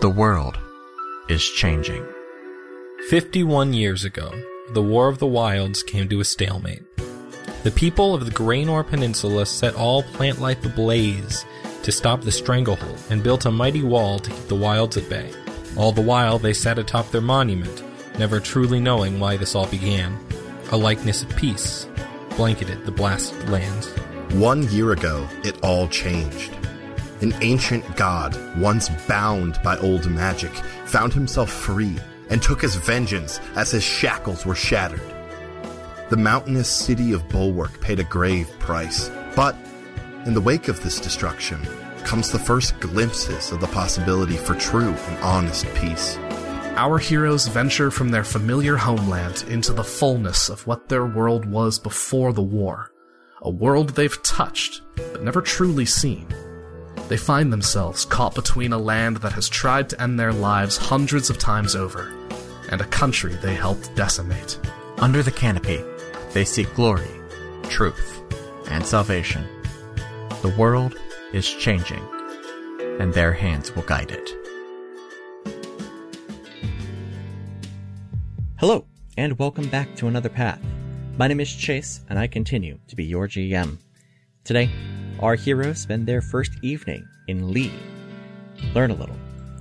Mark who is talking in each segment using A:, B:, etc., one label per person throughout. A: The world is changing.
B: 51 years ago, the War of the Wilds came to a stalemate. The people of the Graynor Peninsula set all plant life ablaze to stop the stranglehold and built a mighty wall to keep the wilds at bay. All the while, they sat atop their monument, never truly knowing why this all began. A likeness of peace blanketed the blasted lands.
C: One year ago, it all changed. An ancient god, once bound by old magic, found himself free and took his vengeance as his shackles were shattered. The mountainous city of Bulwark paid a grave price, but in the wake of this destruction comes the first glimpses of the possibility for true and honest peace.
D: Our heroes venture from their familiar homeland into the fullness of what their world was before the war a world they've touched but never truly seen. They find themselves caught between a land that has tried to end their lives hundreds of times over and a country they helped decimate.
A: Under the canopy, they seek glory, truth, and salvation. The world is changing, and their hands will guide it.
E: Hello, and welcome back to another path. My name is Chase, and I continue to be your GM. Today, our heroes spend their first evening in Lee. Learn a little,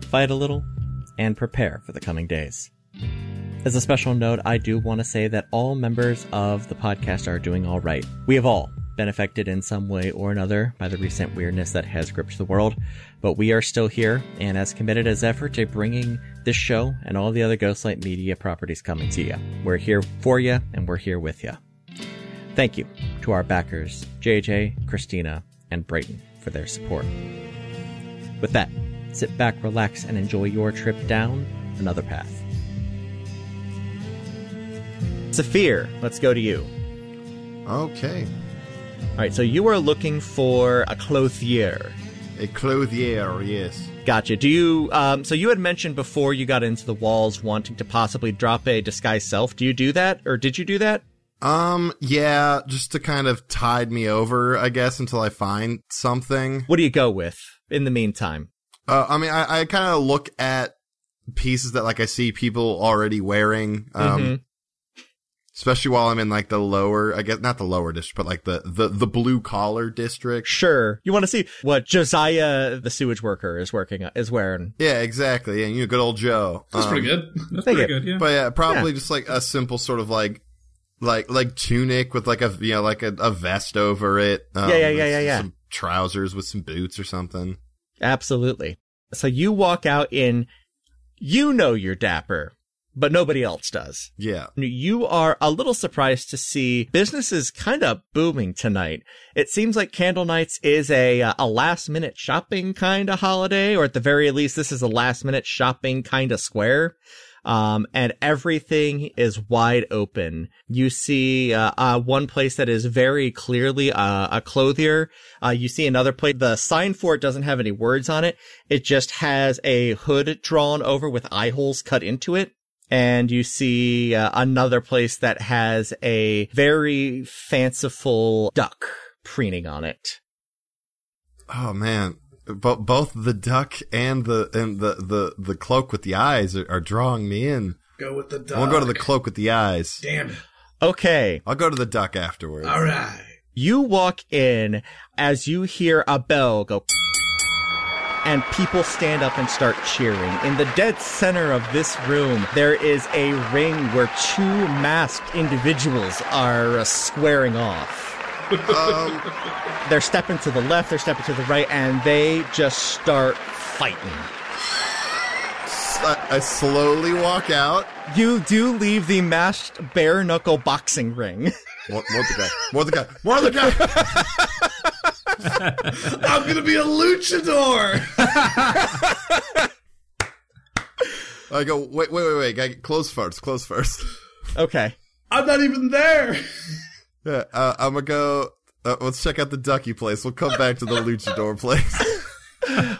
E: fight a little, and prepare for the coming days. As a special note, I do want to say that all members of the podcast are doing all right. We have all been affected in some way or another by the recent weirdness that has gripped the world, but we are still here and as committed as ever to bringing this show and all the other Ghostlight Media properties coming to you. We're here for you and we're here with you. Thank you to our backers, JJ, Christina, and Brayton, for their support. With that, sit back, relax, and enjoy your trip down another path. Saphir, let's go to you.
C: Okay.
E: All right, so you are looking for a clothier.
C: A clothier, yes.
E: Gotcha. Do you? Um, so you had mentioned before you got into the walls wanting to possibly drop a disguise self. Do you do that, or did you do that?
C: Um, yeah, just to kind of tide me over, I guess, until I find something.
E: What do you go with in the meantime?
C: Uh, I mean, I, I kind of look at pieces that like I see people already wearing. Um,
E: Mhm.
C: especially while I'm in like the lower, I guess not the lower district, but like the the the blue collar district.
E: Sure. You want to see what Josiah, the sewage worker, is working is wearing.
C: Yeah, exactly. And you know, good old Joe.
F: That's
C: Um,
F: pretty good. That's
E: thank
F: pretty
E: you.
F: good. Yeah.
C: But yeah, probably just like a simple sort of like like like tunic with like a you know like a, a vest over it. Um,
E: Yeah, yeah, yeah,
C: and
E: yeah, yeah.
C: Some trousers with some boots or something.
E: Absolutely. So you walk out in, you know you're dapper, but nobody else does.
C: Yeah.
E: You are a little surprised to see business is kind of booming tonight. It seems like Candle Nights is a uh, a last minute shopping kind of holiday, or at the very least, this is a last minute shopping kind of square. Um, and everything is wide open. You see uh, uh, one place that is very clearly uh, a clothier. Uh, you see another place. The sign for it doesn't have any words on it. It just has a hood drawn over with eye holes cut into it and you see uh, another place that has a very fanciful duck preening on it.
C: Oh man. Bo- both the duck and the and the the the cloak with the eyes are, are drawing me in.
F: go with the dog.
C: I want to go to the cloak with the eyes.
F: Damn it.
E: Okay,
C: I'll go to the duck afterwards.
F: All right.
E: you walk in as you hear a bell go and people stand up and start cheering. In the dead center of this room, there is a ring where two masked individuals are uh, squaring off.
C: Um,
E: They're stepping to the left, they're stepping to the right, and they just start fighting.
C: I I slowly walk out.
E: You do leave the mashed bare knuckle boxing ring.
C: More, more the guy. More the guy. More the guy.
F: I'm going to be a luchador.
C: I go. Wait, wait, wait, wait. Guy, close first. Close first.
E: Okay.
F: I'm not even there.
C: Yeah, uh, I'm gonna go. Uh, let's check out the ducky place. We'll come back to the luchador place.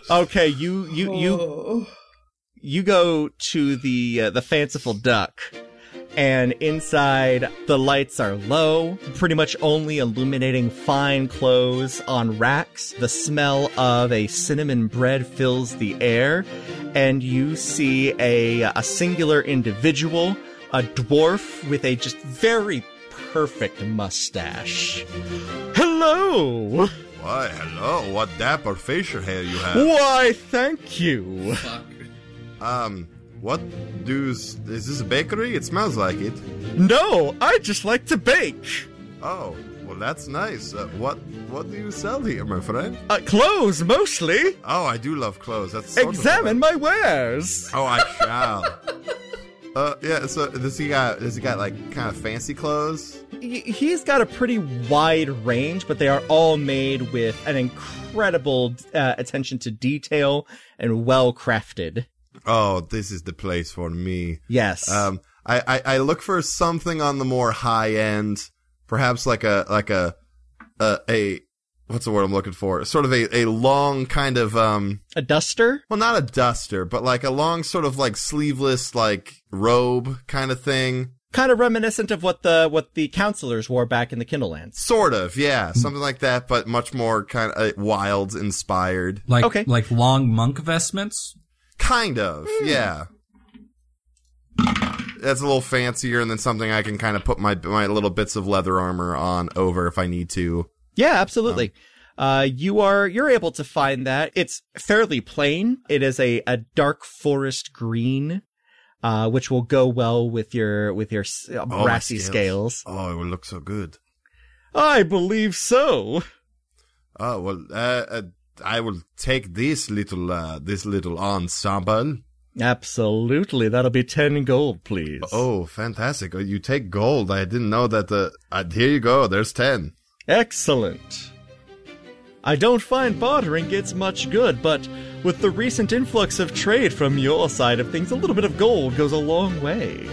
E: Okay, you you you
F: Oh.
E: you go to the uh, the fanciful duck and inside the lights are low, pretty much only illuminating fine clothes on racks. The smell of a cinnamon bread fills the air, and you see a, a singular individual, a dwarf with a just very perfect mustache. Hello!
F: Why, hello. What dapper facial hair you have.
E: Why, thank you.
F: Um, what do... Is this a bakery? It smells like it.
E: No, I just like to bake.
F: Oh, well, that's nice. Uh, what what do you sell here, my friend?
E: Uh, clothes mostly.
F: Oh, I do love clothes. That's sort of
E: Examine my wares.
F: Oh, I shall. uh, yeah. So does he got does he got like kind of fancy clothes?
E: He- He's got a pretty wide range, but they are all made with an incredible uh, attention to detail and well crafted.
F: Oh, this is the place for me.
E: Yes.
F: Um, I, I I look for something on the more high end, perhaps like a like a a, a what's the word I'm looking for? Sort of a a long kind of um.
E: a duster?
F: Well, not a duster, but like a long sort of like sleeveless like robe kind of thing.
E: Kind of reminiscent of what the what the counselors wore back in the Kindlelands.
F: Sort of, yeah, something like that, but much more kind of uh, wild inspired.
B: Like
E: Okay.
B: like long monk vestments.
F: Kind of, yeah. That's a little fancier, and then something I can kind of put my my little bits of leather armor on over if I need to.
E: Yeah, absolutely. uh, you are you're able to find that. It's fairly plain. It is a, a dark forest green, uh, which will go well with your with your s- uh,
F: my
E: brassy scales.
F: Oh, it will look so good.
E: I believe so.
F: Oh well, uh, uh, I will take this little uh, this little ensemble.
E: Absolutely. That'll be 10 gold, please.
F: Oh, fantastic! Oh, You take gold. I didn't know that. Uh, uh, here you go. There's ten.
E: Excellent. I don't find bartering gets much good, but with the recent influx of trade from your side of things, a little bit of gold goes a long way.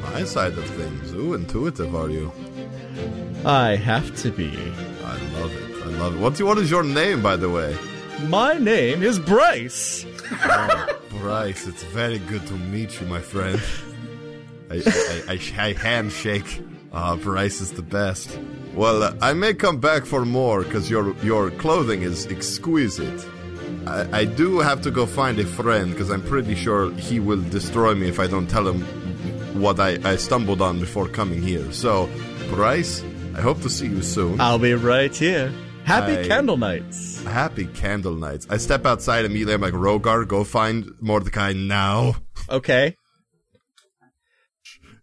F: My side of things. Ooh, intuitive are you?
E: I have to be.
F: I love it. I love it. What's what is your name, by the way?
E: My name is Bryce.
F: Bryce, it's very good to meet you, my friend. I, I, I, I handshake. Ah, Bryce is the best. Well, uh, I may come back for more because your your clothing is exquisite. I, I do have to go find a friend because I'm pretty sure he will destroy me if I don't tell him what I, I stumbled on before coming here. So, Bryce, I hope to see you soon.
E: I'll be right here. Happy
F: I-
E: candle nights.
F: Happy candle nights. I step outside immediately. I'm like, Rogar, go find Mordecai now.
E: Okay.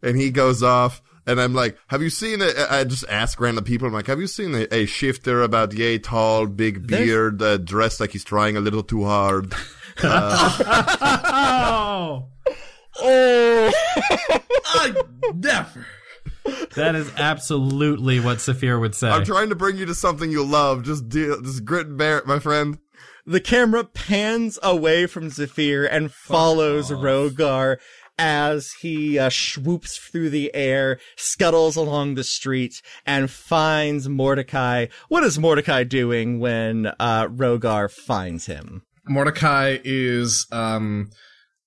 F: And he goes off. And I'm like, have you seen a, I just ask random people, I'm like, have you seen a, a shifter about yay tall, big
E: There's-
F: beard, uh, dressed like he's trying a little too hard?
B: Oh,
E: Oh,
D: I never.
B: that is absolutely what Saphir would say.
F: I'm trying to bring you to something you love. Just deal, just grit and bear it, my friend.
E: The camera pans away from Zephyr and follows Rogar as he uh, swoops through the air, scuttles along the street, and finds Mordecai. What is Mordecai doing when uh, Rogar finds him?
G: Mordecai is um,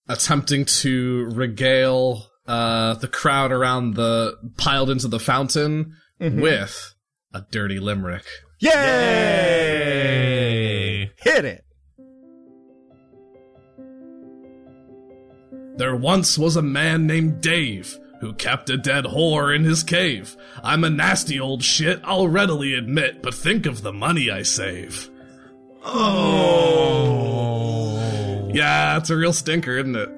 G: attempting to regale uh, the crowd around the piled into the fountain with a dirty limerick.
E: Yay!
B: Hey.
E: Hit it!
G: There once was a man named Dave who kept a dead whore in his cave. I'm a nasty old shit, I'll readily admit, but think of the money I save. Oh. Yeah, it's a real stinker, isn't it?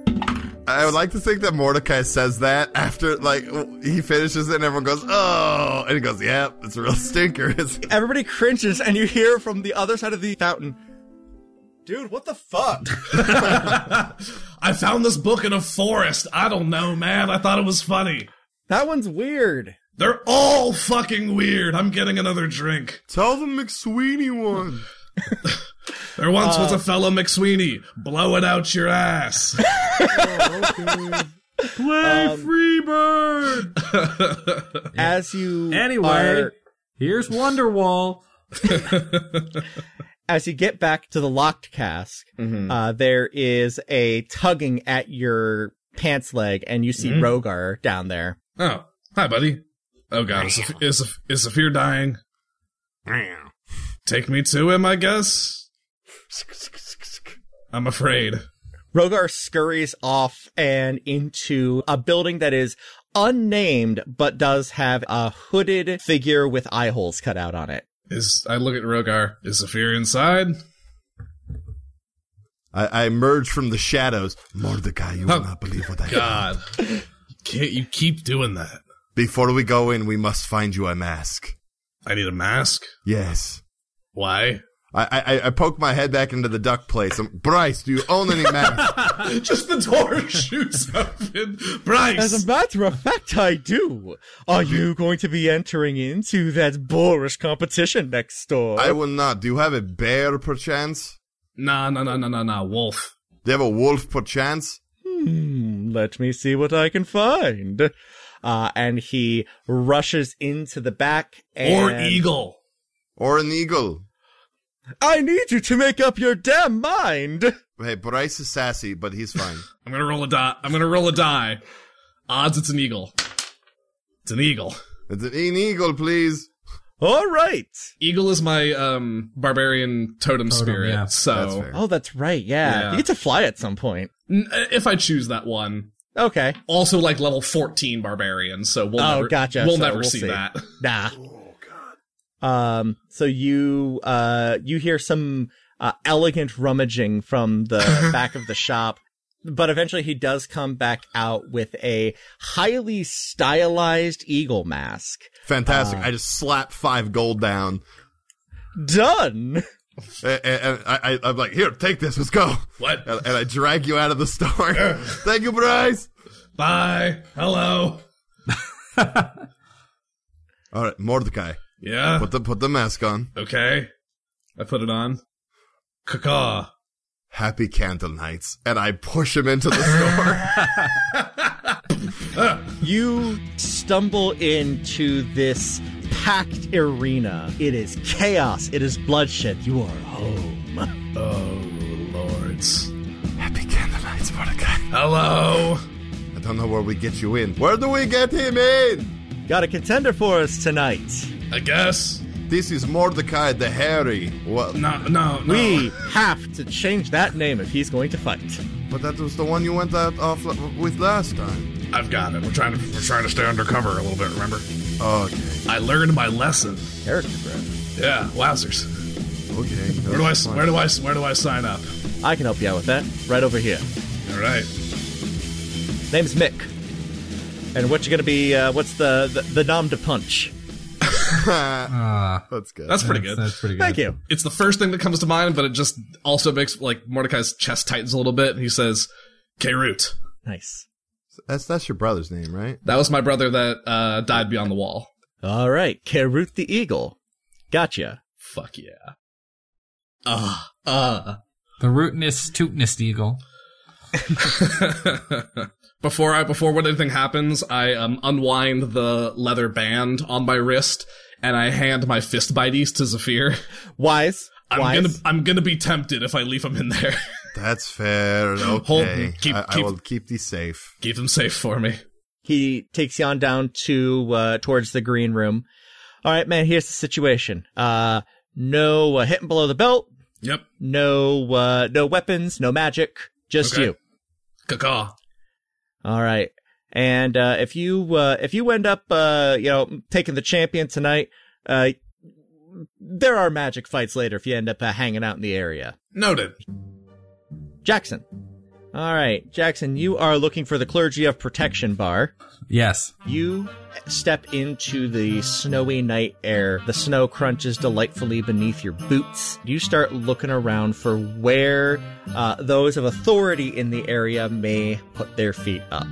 F: I would like to think that Mordecai says that after, like, he finishes it and everyone goes, oh, and he goes, yep, it's a real stinker. It's,
E: Everybody cringes, and you hear from the other side of the fountain. Dude, what the fuck?
G: I found this book in a forest. I don't know, man. I thought it was funny.
E: that one's weird.
G: They're all fucking weird. I'm getting another drink.
F: Tell the McSweeney one.
G: There once
E: Uh,
G: was a fellow McSweeney. Blow it out your ass.
B: Play Freebird.
E: As you
B: Anyway,
E: are-
B: here's Wonderwall.
E: as you get back to the locked cask, uh, there is a tugging at your pants leg, and you see Rogar down there.
G: Oh, hi, buddy. Oh God, is is is Saphir dying? Take me to him, I guess. I'm afraid.
E: Rogar scurries off and into a building that is unnamed, but does have a hooded figure with eye holes cut out on it.
G: Is I look at Rogar. Is Saphir inside?
F: I, I emerge from the shadows. Mordecai, you will not believe what I found.
G: Oh, God, can't you keep doing that?
F: Before we go in, we must find you a mask.
G: I need a mask.
F: Yes.
G: Why?
F: I, I, I poke my head back into the duck place. I'm, Bryce, do you own any masks?
G: Just the door shoots open.
E: As
G: Bryce,
E: a matter of fact, I do. Are you going to be entering into that boorish competition next door?
F: I will not. Do you have a bear perchance?
G: nah, nah, nah, nah, nah, nah. Wolf.
F: Do you have a wolf perchance?
E: Hmm, let me see what I can find. Uh, and he rushes into the back
G: Or
E: and-
G: eagle.
F: Or an eagle?
E: I need you to make up your damn mind.
F: Hey, Bryce is sassy, but he's fine.
G: I'm gonna roll a die. I'm gonna roll a die. Odds it's an eagle. It's an eagle.
F: it's an an eagle, please.
E: All right.
G: Eagle is my um barbarian totem, spirit.
H: yeah.
G: So
F: That's fair.
E: Oh, that's right. Yeah.
G: Yeah.
E: You get to fly at some point.
G: N- if I choose that one,
E: Okay.
G: also like level 14 barbarian. So we'll
E: Oh,
G: never,
E: gotcha.
G: We'll
E: So
G: never
E: we'll
G: see,
E: see.
G: that.
E: Nah. Um, so you, uh, you hear some, uh, elegant rummaging from the back of the shop, but eventually he does come back out with a highly stylized eagle mask.
F: Fantastic.
G: Uh.
F: I just slap five gold down.
E: Done.
F: And, and I, I, I'm like, here, take this. Let's go.
G: What?
F: And, and I drag you out of the store. Thank you, Bryce.
G: Bye. Hello.
F: All right, Mordecai,
G: Yeah.
F: put the put the mask on.
G: okay. I put it on. Caw.
F: Happy candle nights, and I push him into the store.
E: You stumble into this packed arena. It is chaos. It is bloodshed. You are home.
G: Oh lords.
F: Happy candle nights, Mordecai.
G: Hello.
F: I don't know where we get you in. Where do we get him in?
E: Got a contender for us tonight.
G: I guess.
F: This is Mordecai the Hairy. Well,
G: No. No. no.
E: We have to change that name if he's going to fight.
F: but that was the one you went out off with last time.
G: I've got it. We're trying to. We're trying to stay undercover a little bit. Remember.
F: Okay,
G: I learned my lesson.
E: Character growth.
G: Yeah. Wowzers.
F: okay.
G: Where do I? Where do I? Where do I sign up?
E: I can help you out with that. Right over here.
G: All right.
E: Name's Mick. And what you gonna be? Uh, what's the, the the nom de punch?
F: That's good.
G: That's pretty good.
I: That's pretty good.
E: Thank you.
G: it's the first thing that comes to mind, but it just also makes like Mordecai's chest tightens a little bit, and he says, "Root."
E: Nice.
F: That's that's your brother's name, right?
G: That was my brother that uh, died beyond the wall.
E: All right, Kerut the Eagle. Gotcha.
G: Fuck yeah. Uh, uh.
I: The rootness, tootness eagle.
G: before I before what anything happens, I um, unwind the leather band on my wrist and I hand my fist bities to Zephyr.
E: Wise.
G: I'm
E: Wise.
G: gonna I'm gonna be tempted if I leave him in there.
F: That's fair. Okay,
G: Hold- keep-
F: I, I
G: keep-
F: will keep these safe.
G: Keep him safe for me.
E: He takes you on down to uh, towards the green room. All right, man. Here's the situation. Uh, no uh, hitting below the belt.
G: Yep.
E: No, uh, no weapons. No magic. Just
G: Okay.
E: you.
G: Caw.
E: All right. And uh, if you uh, if you end up uh, you know taking the champion tonight, uh, there are magic fights later. If you end up uh, hanging out in the area,
G: Noted.
E: Jackson. All right, Jackson. You are looking for the clergy of protection bar.
I: Yes.
E: You step into the snowy night air. The snow crunches delightfully beneath your boots. You start looking around for where uh, those of authority in the area may put their feet up.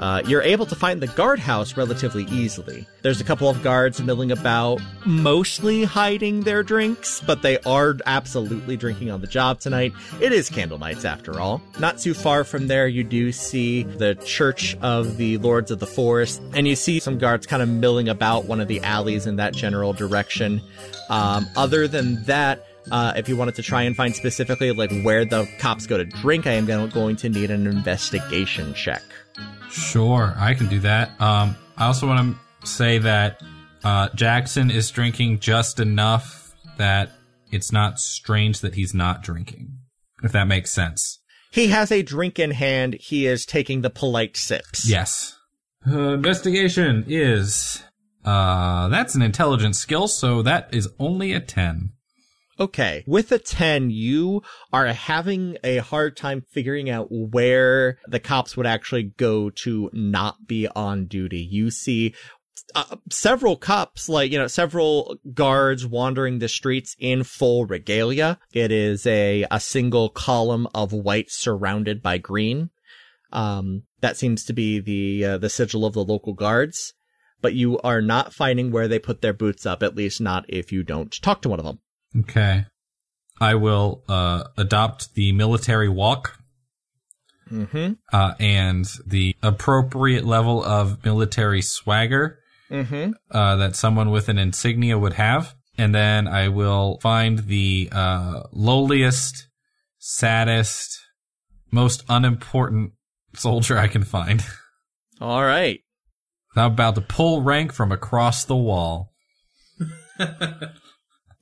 E: Uh, you're able to find the guardhouse relatively easily. There's a couple of guards milling about, mostly hiding their drinks, but they are absolutely drinking on the job tonight. It is candle nights after all. Not too far from there, you do see the Church of the Lords of the Forest, and you see some guards kind of milling about one of the alleys in that general direction. Um, other than that, uh, if you wanted to try and find specifically like where the cops go to drink, I am gonna- going to need an investigation check.
I: Sure, I can do that. Um, I also want to say that uh, Jackson is drinking just enough that it's not strange that he's not drinking, if that makes sense.
E: He has a drink in hand. He is taking the polite sips.
I: Yes. Uh, investigation is. Uh, that's an intelligence skill, so that is only a 10.
E: Okay. With a 10, you are having a hard time figuring out where the cops would actually go to not be on duty. You see uh, several cops, like, you know, several guards wandering the streets in full regalia. It is a, a single column of white surrounded by green. Um, that seems to be the, uh, the sigil of the local guards, but you are not finding where they put their boots up, at least not if you don't talk to one of them.
I: Okay. I will uh, adopt the military walk
E: Mm-hmm.
I: uh, and the appropriate level of military swagger
E: Mm-hmm.
I: uh, that someone with an insignia would have. And then I will find the uh, lowliest, saddest, most unimportant soldier I can find.
E: All right.
I: I'm about to pull rank from across the wall.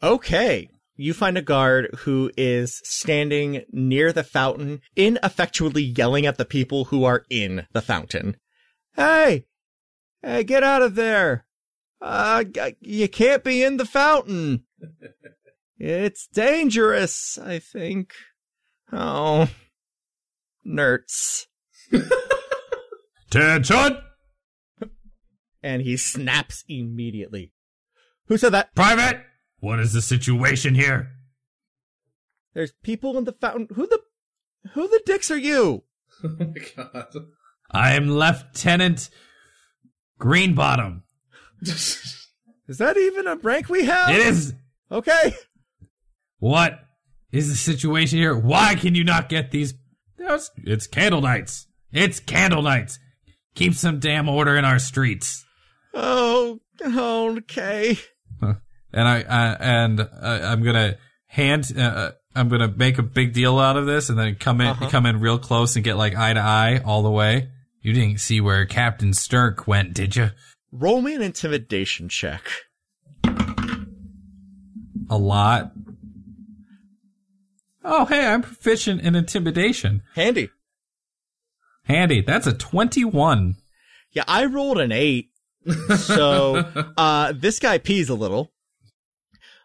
E: Okay. You find a guard who is standing near the fountain, ineffectually yelling at the people who are in the fountain. Hey! Hey, get out of there! Uh, g- you can't be in the fountain! It's dangerous, I think. Oh. Nerds.
I: Attention!
E: And he snaps immediately. Who said that?
I: Private! What is the situation here?
E: There's people in the fountain. Who the, who the dicks are you?
G: Oh my god.
I: I am Lieutenant Greenbottom.
E: Is that even a rank we have?
I: It is.
E: Okay.
I: What is the situation here? Why can you not get these? That's- It's candle nights. It's candle nights. Keep some damn order in our streets.
E: Oh, okay.
I: And I uh, and uh, I'm gonna hand. Uh, uh, I'm gonna make a big deal out of this, and then come in come in real close and get like eye to eye all the way. You didn't see where Captain Stirk went, did you?
E: Roll me an intimidation check.
I: A lot. Oh, hey, I'm proficient in intimidation.
E: Handy.
I: Handy. That's a 21.
E: Yeah, I rolled an eight. So, uh, this guy pees a little.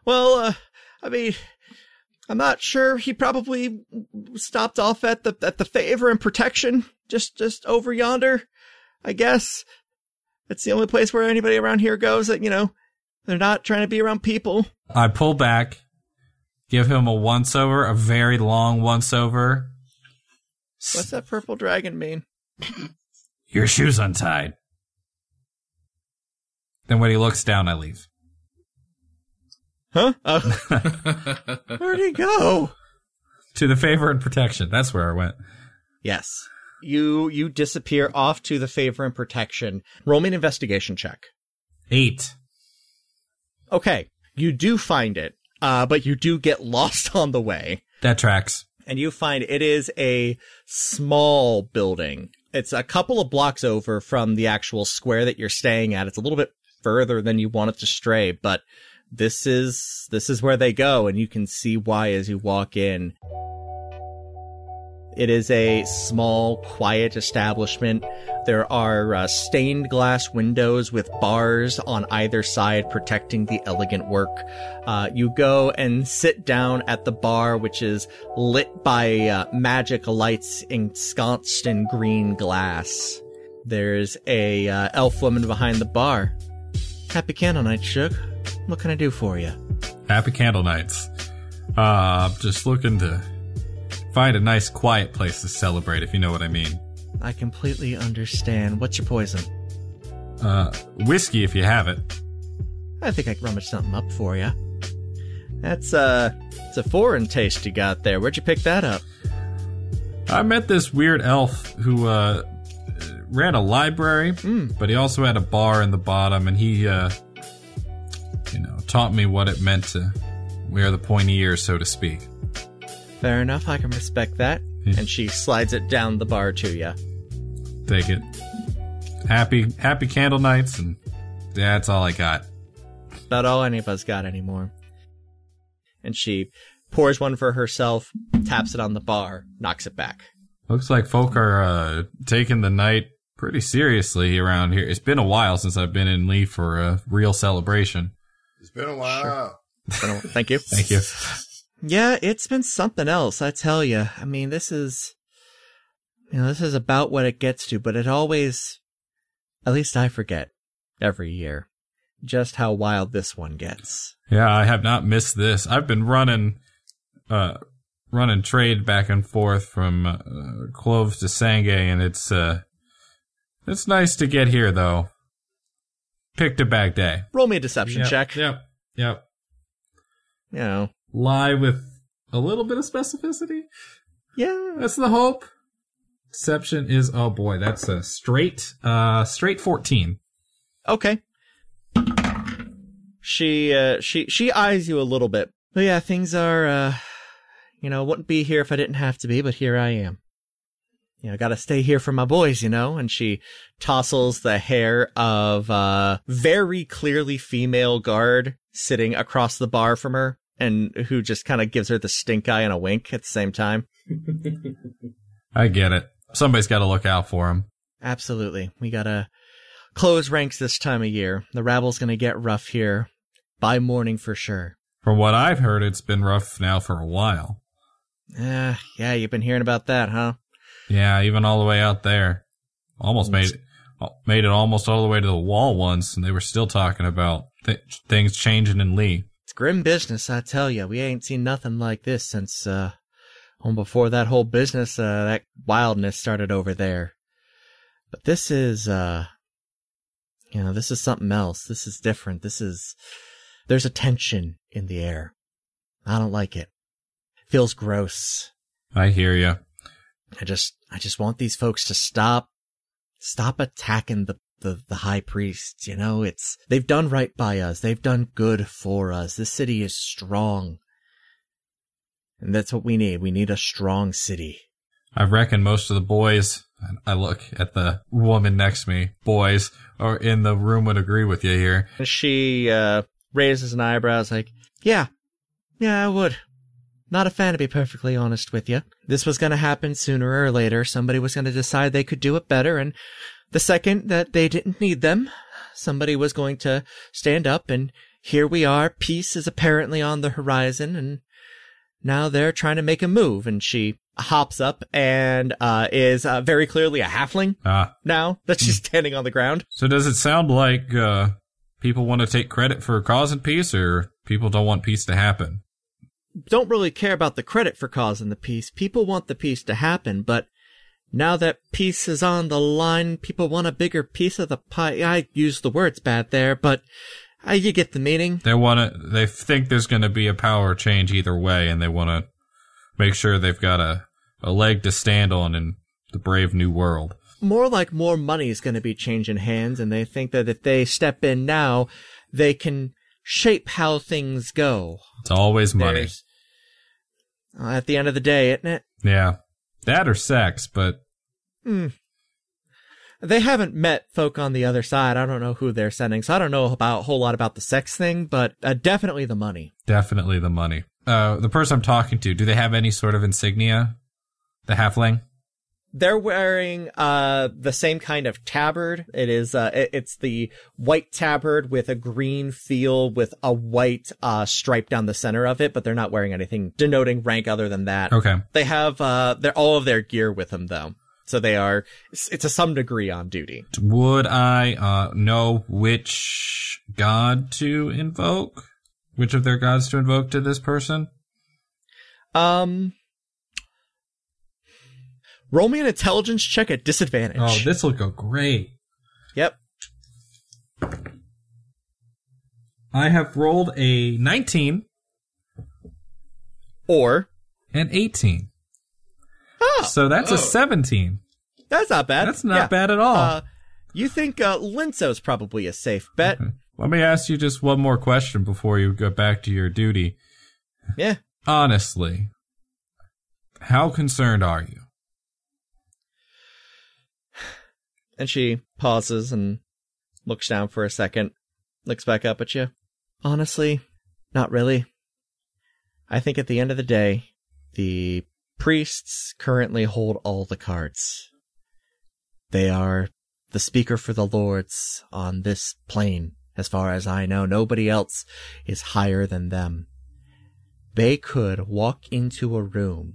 E: Well, uh, I mean, I'm not sure. He probably stopped off at the, at the favor and protection just, just over yonder, I guess. That's the only place where anybody around here goes that, you know, they're not trying to be around people.
I: I pull back, give him a once over, a very long once over.
E: What's that purple dragon mean?
I: Your shoe's untied. Then when he looks down, I leave.
E: Huh? Uh, where'd he go?
I: To the favor and protection. That's where I went.
E: Yes. You you disappear off to the favor and protection. Roll me an investigation check.
I: Eight.
E: Okay, you do find it, uh, but you do get lost on the way,
I: That tracks.
E: and you find it is a small building. It's a couple of blocks over from the actual square that you're staying at. It's a little bit further than you want it to stray, but this is this is where they go, and you can see why as you walk in. It is a small, quiet establishment. There are uh, stained glass windows with bars on either side protecting the elegant work. Uh, you go and sit down at the bar, which is lit by uh, magic lights ensconced in green glass. There's a uh, elf woman behind the bar. Happy Candle Night, Shook. What can I do for you?
I: Happy candle nights. Uh, just looking to find a nice quiet place to celebrate, if you know what I mean.
E: I completely understand. What's your poison?
I: Uh, whiskey if you have it.
E: I think I can rummage something up for you. That's uh, it's a foreign taste you got there. Where'd you pick that up?
I: I met this weird elf who uh, ran a library, but he also had a bar in the bottom, and he, uh, you know, taught me what it meant to wear the pointy ear, so to speak.
E: Fair enough, I can respect that.
I: Yeah.
E: And she slides it down the bar to you.
I: Take it. happy happy candle nights, and that's all I got.
E: Not all any of us got anymore. And she pours one for herself, taps it on the bar, knocks it back.
I: Looks like folk are uh, taking the night pretty seriously around here. It's been a while since I've been in Lee for a real celebration.
C: It's been a while.
E: Thank you.
I: Thank you.
E: Yeah, it's been something else, I tell you. I mean, this is, you know, this is about what it gets to, but it always, at least I forget every year just how wild this one gets.
I: Yeah, I have not missed this. I've been running, uh, running trade back and forth from uh, Cloves to Sangay, and it's uh, it's nice to get here though. Picked a bad day.
E: Roll me a deception
I: Yep,
E: check.
I: Yep. Yep.
E: You know,
I: Lie with a little bit of specificity.
E: yeah,
I: That's the hope. Deception is oh boy, that's a straight, uh, straight fourteen.
E: okay. She, uh, she, she eyes you a little bit. But yeah, things are, uh, you know, wouldn't be here if I didn't have to be, but here I am. You know, gotta stay here for my boys, you know? And she tousles the hair of a very clearly female guard sitting across the bar from her and who just kind of gives her the stink eye and a wink at the same time.
I: I get it. Somebody's got to look out for him.
E: Absolutely. We gotta close ranks this time of year. The rabble's gonna get rough here by morning for sure.
I: From what I've heard, it's been rough now for a while.
E: Uh, yeah, you've been hearing about that, huh?
I: Yeah, even all the way out there, almost made it, made it almost all the way to the wall once, and they were still talking about th- things changing in Lee.
E: It's grim business, I tell you. We ain't seen nothing like this since, uh, well, before that whole business, uh, that wildness started over there. But this is, uh, you know, this is something else. This is different. This is, there's a tension in the air. I don't like it. Feels gross.
I: I hear you.
E: I just I just want these folks to stop stop attacking the the, the high priest, you know, it's they've done right by us. They've done good for us. This city is strong. And that's what we need. We need a strong city.
I: I reckon most of the boys. and I look at the woman next to me. Boys are in the room would agree with you here.
E: And she uh raises an eyebrow, is like, Yeah. Yeah, I would. Not a fan to be perfectly honest with you. This was gonna happen sooner or later. Somebody was gonna decide they could do it better, and the second that they didn't need them, somebody was going to stand up and here we are, peace is apparently on the horizon, and now they're trying to make a move, and she hops up and uh, is uh, very clearly a halfling
I: Ah,
E: now that she's standing on the ground.
I: so does it sound like uh, people want to take credit for causing peace, or people don't want peace to happen?
E: don't really care about the credit for causing the peace. People want the peace to happen, but now that peace is on the line, people want a bigger piece of the pie. I used the words bad there, but uh, you get the meaning.
I: They want to. They think there's going to be a power change either way, and they want to make sure they've got a a leg to stand on in the brave new world.
E: More like more money is going to be changing hands, and they think that if they step in now, they can shape how things go.
I: It's always money.
E: There's- uh, at the end of the day, isn't it?
I: Yeah, that or sex, but
E: They haven't met folk on the other side. I don't know who they're sending, so I don't know about a whole lot about the sex thing, but uh, definitely the money.
I: definitely the money. Uh, the person I'm talking to, do they have any sort of insignia? The halfling.
E: they're wearing uh the same kind of tabard it is uh it- it's the white tabard with a green feel with a white uh stripe down the center of it but they're not wearing anything denoting rank other than that
I: Okay.
E: they have uh they're all of their gear with them though so they are it's it's to some degree on duty
I: Would I uh, know which god to invoke? Which of their gods to invoke to this person?
E: um roll me an intelligence check at disadvantage
I: Oh, this will go great.
E: yep
I: I have rolled a 19
E: or
I: and 18.
E: Oh.
I: so that's a 17.
E: that's not bad
I: That's not
E: Yeah.
I: bad at all.
E: uh you think uh linzo's probably a safe bet
I: Let me ask you just one more question before you go back to your duty.
E: yeah
I: Honestly, how concerned are you?
E: And she pauses and looks down for a second, looks back up at you. Honestly, not really. I think at the end of the day, the priests currently hold all the cards. They are the speaker for the lords on this plane, as far as I know. Nobody else is higher than them. They could walk into a room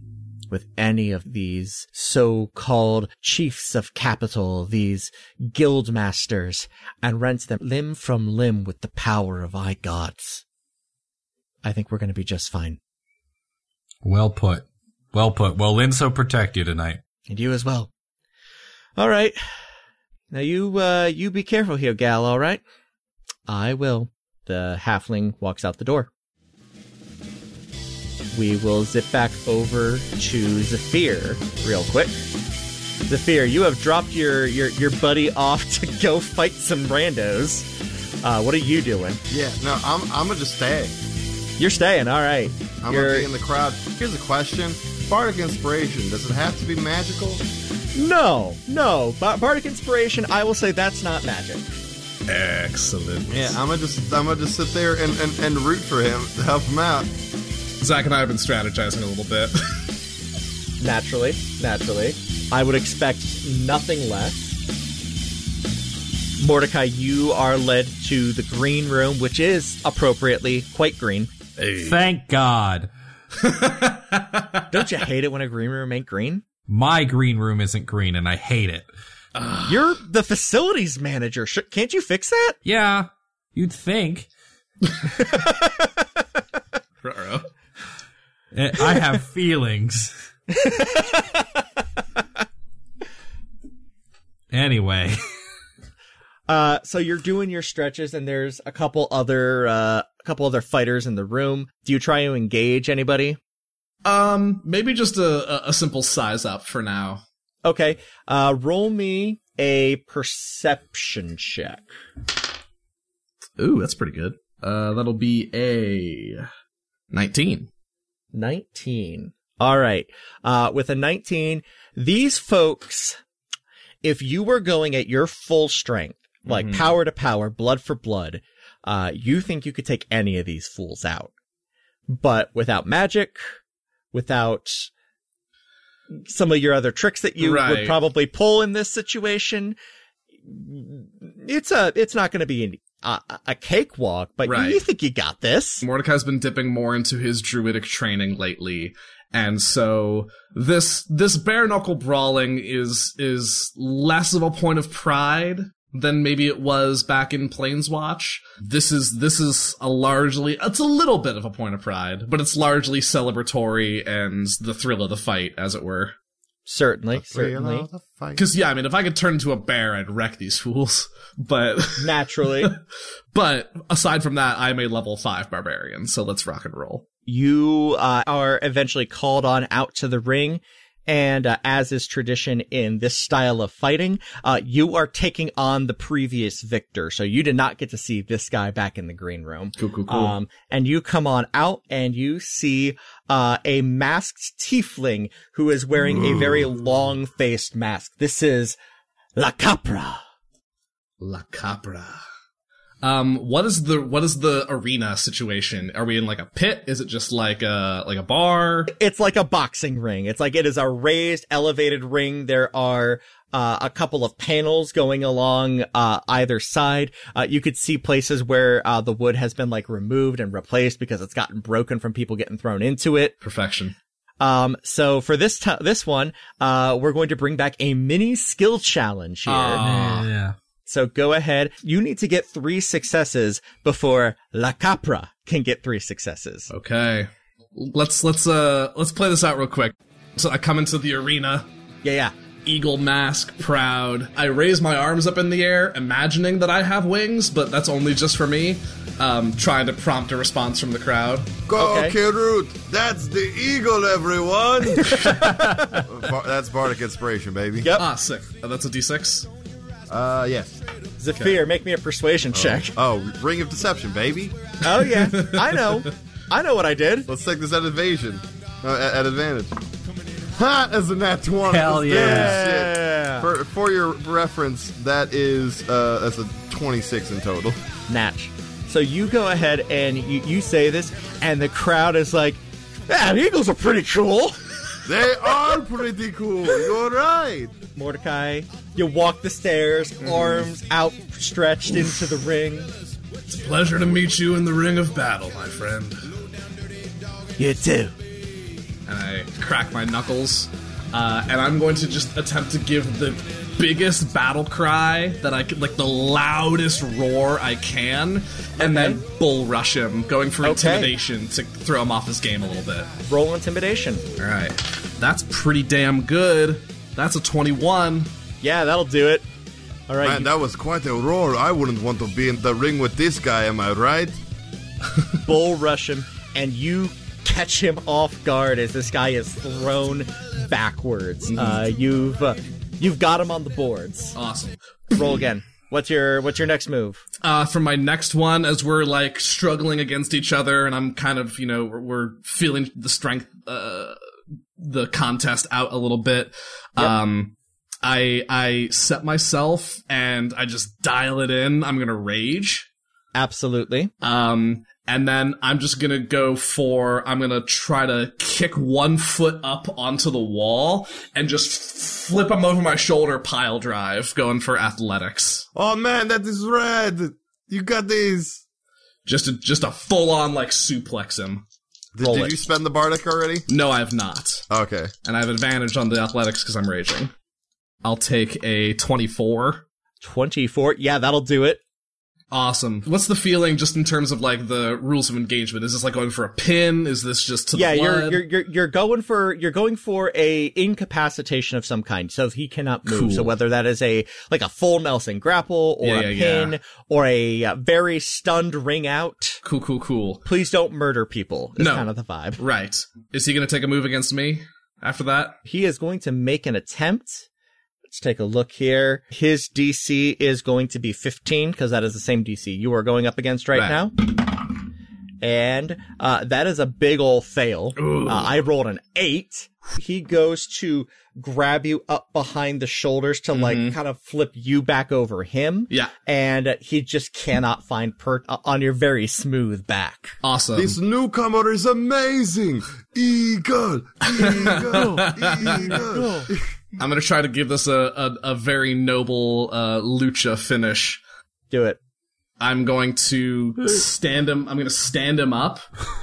E: with any of these so-called chiefs of capital, these guild masters, and rent them limb from limb with the power of I gods. I think we're going to be just fine.
I: Well put. Well put. Well, Linso protect you tonight.
E: And you as well. All right. Now you, uh, you be careful here, gal, all right? I will. The halfling walks out the door. We will zip back over to Zephyr real quick. Zephyr, you have dropped your, your, your buddy off to go fight some randos. Uh, what are you doing?
F: Yeah, no, I'm, I'm gonna just stay.
E: You're staying, all right.
F: I'm
E: You're-
F: gonna be in the crowd. Here's a question: Bardic inspiration. Does it have to be magical?
E: No, no. Ba- Bardic Inspiration, I will say that's not magic.
G: Excellent.
F: Yeah, I'm gonna just I'm gonna just sit there and, and, and root for him to help him out.
G: Zach and I have been strategizing a little bit.
E: Naturally, naturally. I would expect nothing less. Mordecai, you are led to the green room, which is appropriately quite green.
I: Thank God.
E: Don't you hate it when a green room ain't green?
I: My green room isn't green and I hate it.
E: You're the facilities manager. Sh- can't you fix that?
I: Yeah, you'd think.
G: Ruh-roh.
I: Eh, I have feelings. anyway,
E: Uh, so you're doing your stretches, and there's a couple other uh, a couple other fighters in the room. Do you try to engage anybody?
G: um, maybe just a, a, a simple size up for now.
E: Okay. Uh, roll me a perception check.
G: Ooh, that's pretty good. Uh, that'll be a 19.
E: 19. All right. Uh, with a 19, these folks, if you were going at your full strength, like
G: Mhm.
E: power to power, blood for blood, uh, you think you could take any of these fools out. But without magic, without some of your other tricks that you would
G: Right.
E: probably pull in this situation, it's a, it's not going to be an, a, a cakewalk, but
G: Right.
E: you think you got this.
G: Mordecai's been dipping more into his druidic training lately, and so this this bare knuckle brawling is is less of a point of pride than maybe it was back in Planeswatch. This is this is a largely it's a little bit of a point of pride, but it's largely celebratory and the thrill of the fight, as it were.
E: Certainly,
F: Thrill
E: certainly.
F: of the fight.
G: Because yeah, I mean, if I could turn into a bear, I'd wreck these fools. But
E: Naturally.
G: but aside from that, I'm a level five barbarian, so let's rock and roll.
E: you uh, are eventually called on out to the ring. And uh, as is tradition in this style of fighting, uh, you are taking on the previous victor. So you did not get to see this guy back in the green room.
G: Cool, cool, cool.
E: Um, and you come on out and you see, uh, a masked tiefling who is wearing a very long faced mask. This is La Capra.
G: La Capra. Um, what is the what is the arena situation? Are we in like a pit? Is it just like a like a bar?
E: it's like a boxing ring. It's like it is a raised, elevated ring. There are uh, a couple of panels going along uh, either side. Uh, you could see places where uh, the wood has been like removed and replaced because it's gotten broken from people getting thrown into it.
G: Perfection.
E: Um, so for this t- this one, uh, we're going to bring back a mini skill challenge here.
G: Ah,
I: yeah.
E: So go ahead. You need to get three successes before La Capra can get three successes.
G: Oh. okay. Let's let's uh let's play this out real quick. So I come into the arena,
E: Yeah, yeah.
G: eagle mask, proud. I raise my arms up in the air, imagining that I have wings, but that's only just for me. Um, trying to prompt a response from the crowd.
F: Go,
E: Okay.
F: okay. That's the eagle, everyone. Bar- that's bardic inspiration, baby.
E: Yep.
G: Ah, sick. Oh, that's a d6.
F: Uh, yes.
E: Zephyr, make me a persuasion check.
F: Oh, ring of deception, baby.
E: Oh yeah, I know. I know what I did.
F: Let's take this at invasion. Uh, at, at advantage. Ha! As a nat 20.
I: Hell
F: Let's do this
I: yeah.
F: shit.
E: Yeah.
C: For for your reference, that is uh, that's a 26 in total.
E: Natch. So you go ahead and you, you say this, and the crowd is like, "Yeah, the Eagles are pretty cool."
C: They are pretty cool. You're right.
E: Mordecai, you walk the stairs, arms outstretched into the ring.
G: Pleasure to meet you in the ring of battle, my friend.
E: You too.
G: and I crack my knuckles. Uh, and I'm going to just attempt to give the biggest battle cry that I could, like the loudest roar I can, and then bull rush him, going for
E: Okay.
G: intimidation to throw him off his game a little bit.
E: Roll intimidation.
G: All right, that's pretty damn good. That's a 21.
E: Yeah, that'll do it. All right.
C: Man, that was quite a roar. I wouldn't want to be in the ring with this guy, am I right?
E: bull rush him and you catch him off guard as this guy is thrown backwards. Uh, you've uh, you've got him on the boards.
G: Awesome.
E: Roll again. What's your what's your next move?
G: uh, for my next one as we're like struggling against each other and I'm kind of, you know, we're, we're feeling the strength, uh, the contest out a little bit. Um, I, I set myself and I just dial it in. I'm going to rage.
E: Absolutely.
G: Um, and then I'm just gonna go for, I'm gonna try to kick one foot up onto the wall and just flip him over my shoulder pile drive going for athletics.
C: Oh man, that is red. You got these.
G: Just a, just a full on like suplex him.
C: Did, did you spend the bardic already?
G: No, I have not,
C: Okay.
G: and I have advantage on the athletics because I'm raging. I'll take a 24.
E: Twenty four. Yeah, that'll do it.
G: Awesome. What's the feeling just in terms of like the rules of engagement? Is this like going for a pin? Is this just to
E: Yeah,
G: the
E: you're,
G: blood?
E: you're you're you're going for you're going for a incapacitation of some kind, so he cannot move.
G: Cool.
E: So whether that is a like a full Nelson grapple or
G: Yeah,
E: a
G: yeah,
E: pin
G: yeah.
E: or a uh, very stunned ring out,
G: cool, cool, cool.
E: please don't murder people. Is
G: No.
E: kind of the vibe.
G: Right. Is he going to take a move against me after that?
E: He is going to make an attempt. Let's take a look here. His DC is going to be 15 because that is the same DC you are going up against right,
G: Right.
E: now. And uh, that is a big ol' fail. Uh, I rolled an eight. He goes to grab you up behind the shoulders to like kind of flip you back over him.
G: Mm-hmm. Yeah.
E: And he just cannot find per uh, on your very smooth back.
G: Awesome.
C: This newcomer is amazing. Eagle, eagle, eagle.
G: I'm going to try to give this a, a, a very noble uh, lucha finish.
E: Do it.
G: I'm going to stand him. I'm going to stand him up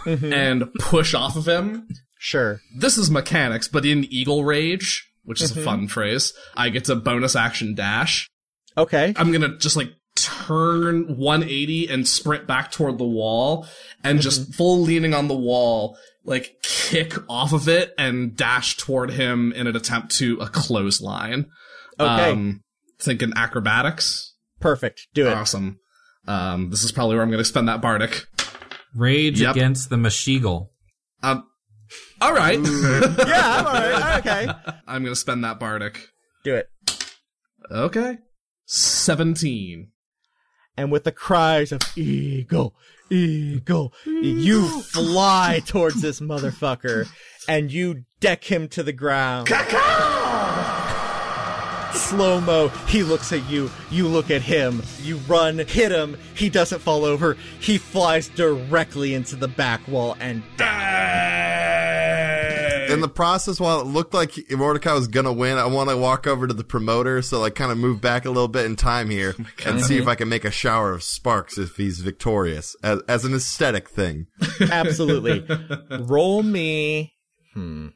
E: Mm-hmm.
G: and push off of him.
E: Sure.
G: this is mechanics, but in Eagle Rage, which is a fun phrase, I get to bonus action dash.
E: Okay.
G: I'm gonna just like turn 180 and sprint back toward the wall and just full leaning on the wall, like kick off of it and dash toward him in an attempt to a clothesline.
E: Okay.
G: Um, uh, thinking acrobatics.
E: Perfect. Do it.
G: Awesome. Um, this is probably where I'm gonna spend that bardic.
I: Rage
G: Yep.
I: against the Meshigal.
G: Um, all right.
E: yeah. I'm all right. Okay.
G: I'm gonna spend that bardic.
E: Do it.
G: Okay. 17.
E: and with the cries of eagle, eagle, you fly towards this motherfucker and you deck him to the ground. Slow mo, he looks at you, you look at him, you run, hit him, he doesn't fall over, he flies directly into the back wall and
C: In the process, while it looked like Mordecai was gonna win, I want to walk over to the promoter, so like kind of move back a little bit in time here and see if I can make a shower of sparks if he's victorious, as, as an aesthetic thing.
E: absolutely roll me. Hmm.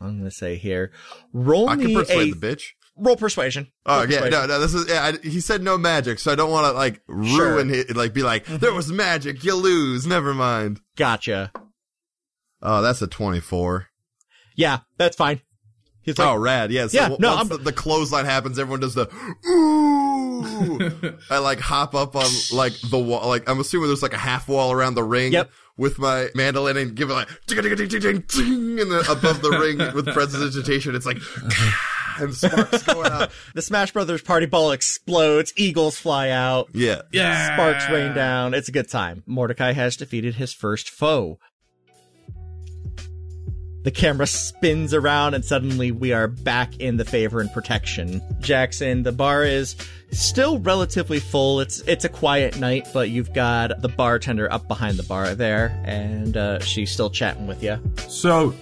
E: I'm gonna say here, roll
C: I
E: me
C: can persuade
E: a
C: the bitch.
E: roll persuasion.
C: Oh
E: Roll
C: yeah,
E: persuasion.
C: no, no. This is yeah, I, he said no magic, so I don't want to like ruin it. Like be like there was magic, you lose. Never mind.
E: Gotcha.
C: Oh, that's a twenty-four.
E: Yeah, that's fine. He's like,
C: oh, rad. Yeah. So
E: Yeah,
C: w-
E: no,
C: once
E: I'm-
C: the, the clothesline happens, everyone does the ooh. I like hop up on like the wall. Like I'm assuming there's like a half wall around the ring.
E: Yep.
C: With my mandolin and give it like ting ting ting ting ting ting, and then above the ring with presidentation, it's like and sparks going out.
E: the Smash Brothers party ball explodes, eagles fly out,
C: Yeah.
G: Yeah.
E: sparks rain down. It's a good time. Mordecai has defeated his first foe. The camera spins around, and suddenly we are back in the favor and protection. Jackson, the bar is still relatively full. It's it's a quiet night, but you've got the bartender up behind the bar there, and uh, she's still chatting with you.
I: So,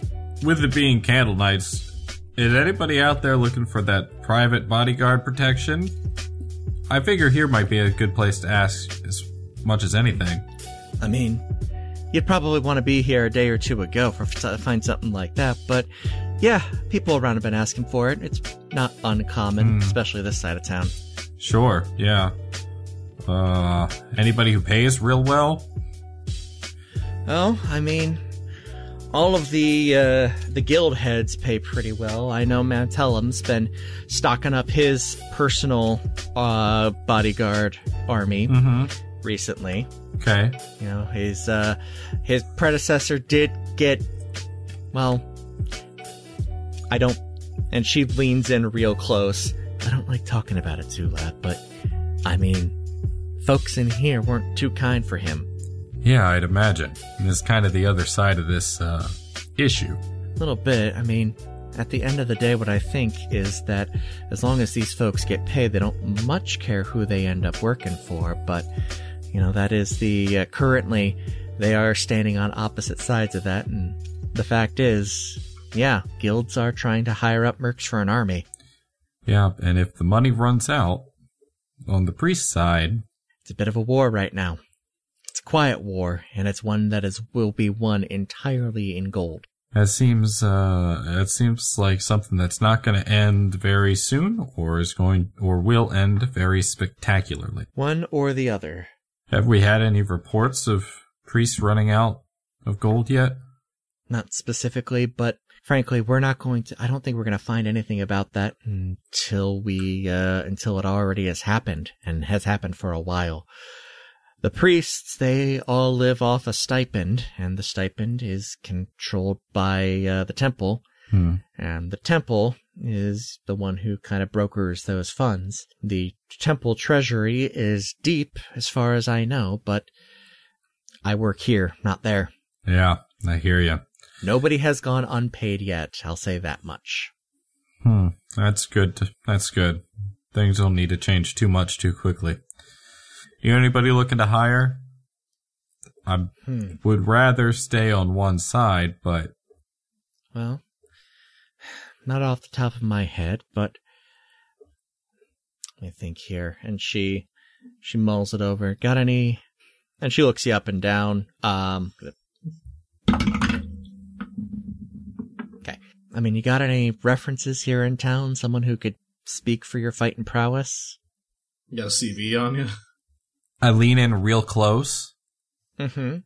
I: with it being candle nights, is anybody out there looking for that private bodyguard protection? I figure here might be a good place to ask as much as anything.
J: I mean,
E: You'd probably want to be here a day or two ago for to find something like that, but yeah, people around have been asking for it. It's not uncommon, especially this side of town.
I: Sure, yeah. Uh, anybody who pays real well?
E: Oh, I mean, all of the uh, the guild heads pay pretty well. I know Mantellum's been stocking up his personal uh, bodyguard army
I: Mm-hmm.
E: recently.
I: Okay.
E: You know, his uh, his predecessor did get well. I don't, and she leans in real close. I don't like talking about it too loud, but I mean, folks in here weren't too kind for him.
I: Yeah, I'd imagine. And it's kind of the other side of this uh, issue.
E: little bit. I mean, at the end of the day, what I think is that as long as these folks get paid, they don't much care who they end up working for. But, you know, that is the uh, currently they are standing on opposite sides of that. And the fact is, yeah, guilds are trying to hire up mercs for an army.
I: Yeah, and if the money runs out on the priest side,
E: It's a bit of a war right now. It's a quiet war, and it's one that is will be won entirely in gold.
I: that seems uh, that seems like something that's not going to end very soon, or is going or will end very spectacularly.
E: One or the other.
I: Have we had any reports of priests running out of gold yet?
E: not specifically, but frankly, we're not going to. I don't think we're going to find anything about that until we uh, until it already has happened and has happened for a while. The priests, they all live off a stipend, and the stipend is controlled by uh, the temple,
I: Hmm.
E: and the temple is the one who kind of brokers those funds. The temple treasury is deep, as far as I know, but I work here, not there.
I: Yeah, I hear you.
E: Nobody has gone unpaid yet, I'll say that much.
I: Hmm. That's good. to- that's good. Things don't need to change too much too quickly. You anybody looking to hire? I
E: Hmm.
I: would rather stay on one side, but
E: Well, not off the top of my head, but let me think here. And she she mulls it over. Got any? And she looks you up and down. Um. Okay. I mean, you got any references here in town? Someone who could speak for your fighting prowess?
G: You got a CV on you?
I: I lean in real close.
E: Mm-hmm.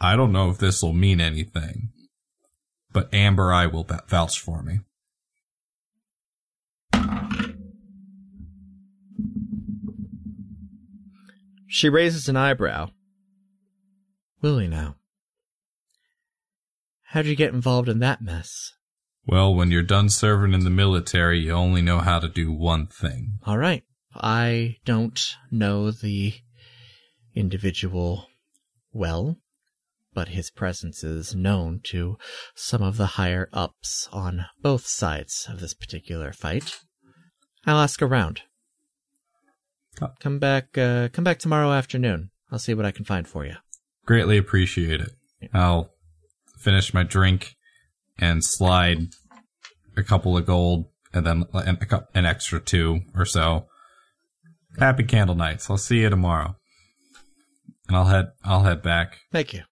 I: I don't know if this will mean anything, but Amber Eye will va- vouch for me.
E: She raises an eyebrow. Willie, now. How'd you get involved in that mess?
I: Well, when you're done serving in the military, you only know how to do one thing.
E: All right. I don't know the individual well, but his presence is known to some of the higher ups on both sides of this particular fight. I'll ask around.
I: Huh.
E: Come back uh, come back tomorrow afternoon. I'll see what I can find for you.
I: Greatly appreciate it. I'll finish my drink and slide a couple of gold and then an, a cou- an extra two or so. Happy candle nights. I'll see you tomorrow. And I'll head I'll head back.
E: Thank you.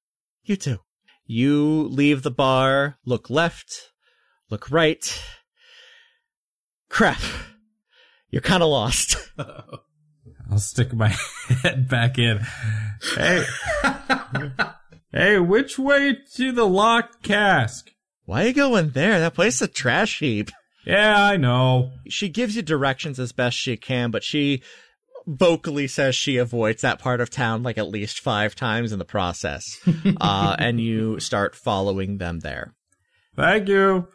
E: You too. You leave the bar, look left, look right. Crap. You're kind of lost.
I: I'll stick my head back in. Hey. hey, which way to the locked cask?
E: Why are you going there? That place is a trash heap.
I: Yeah, I know.
E: She gives you directions as best she can, but she vocally says she avoids that part of town like at least five times in the process. uh, and you start following them there.
I: Thank you.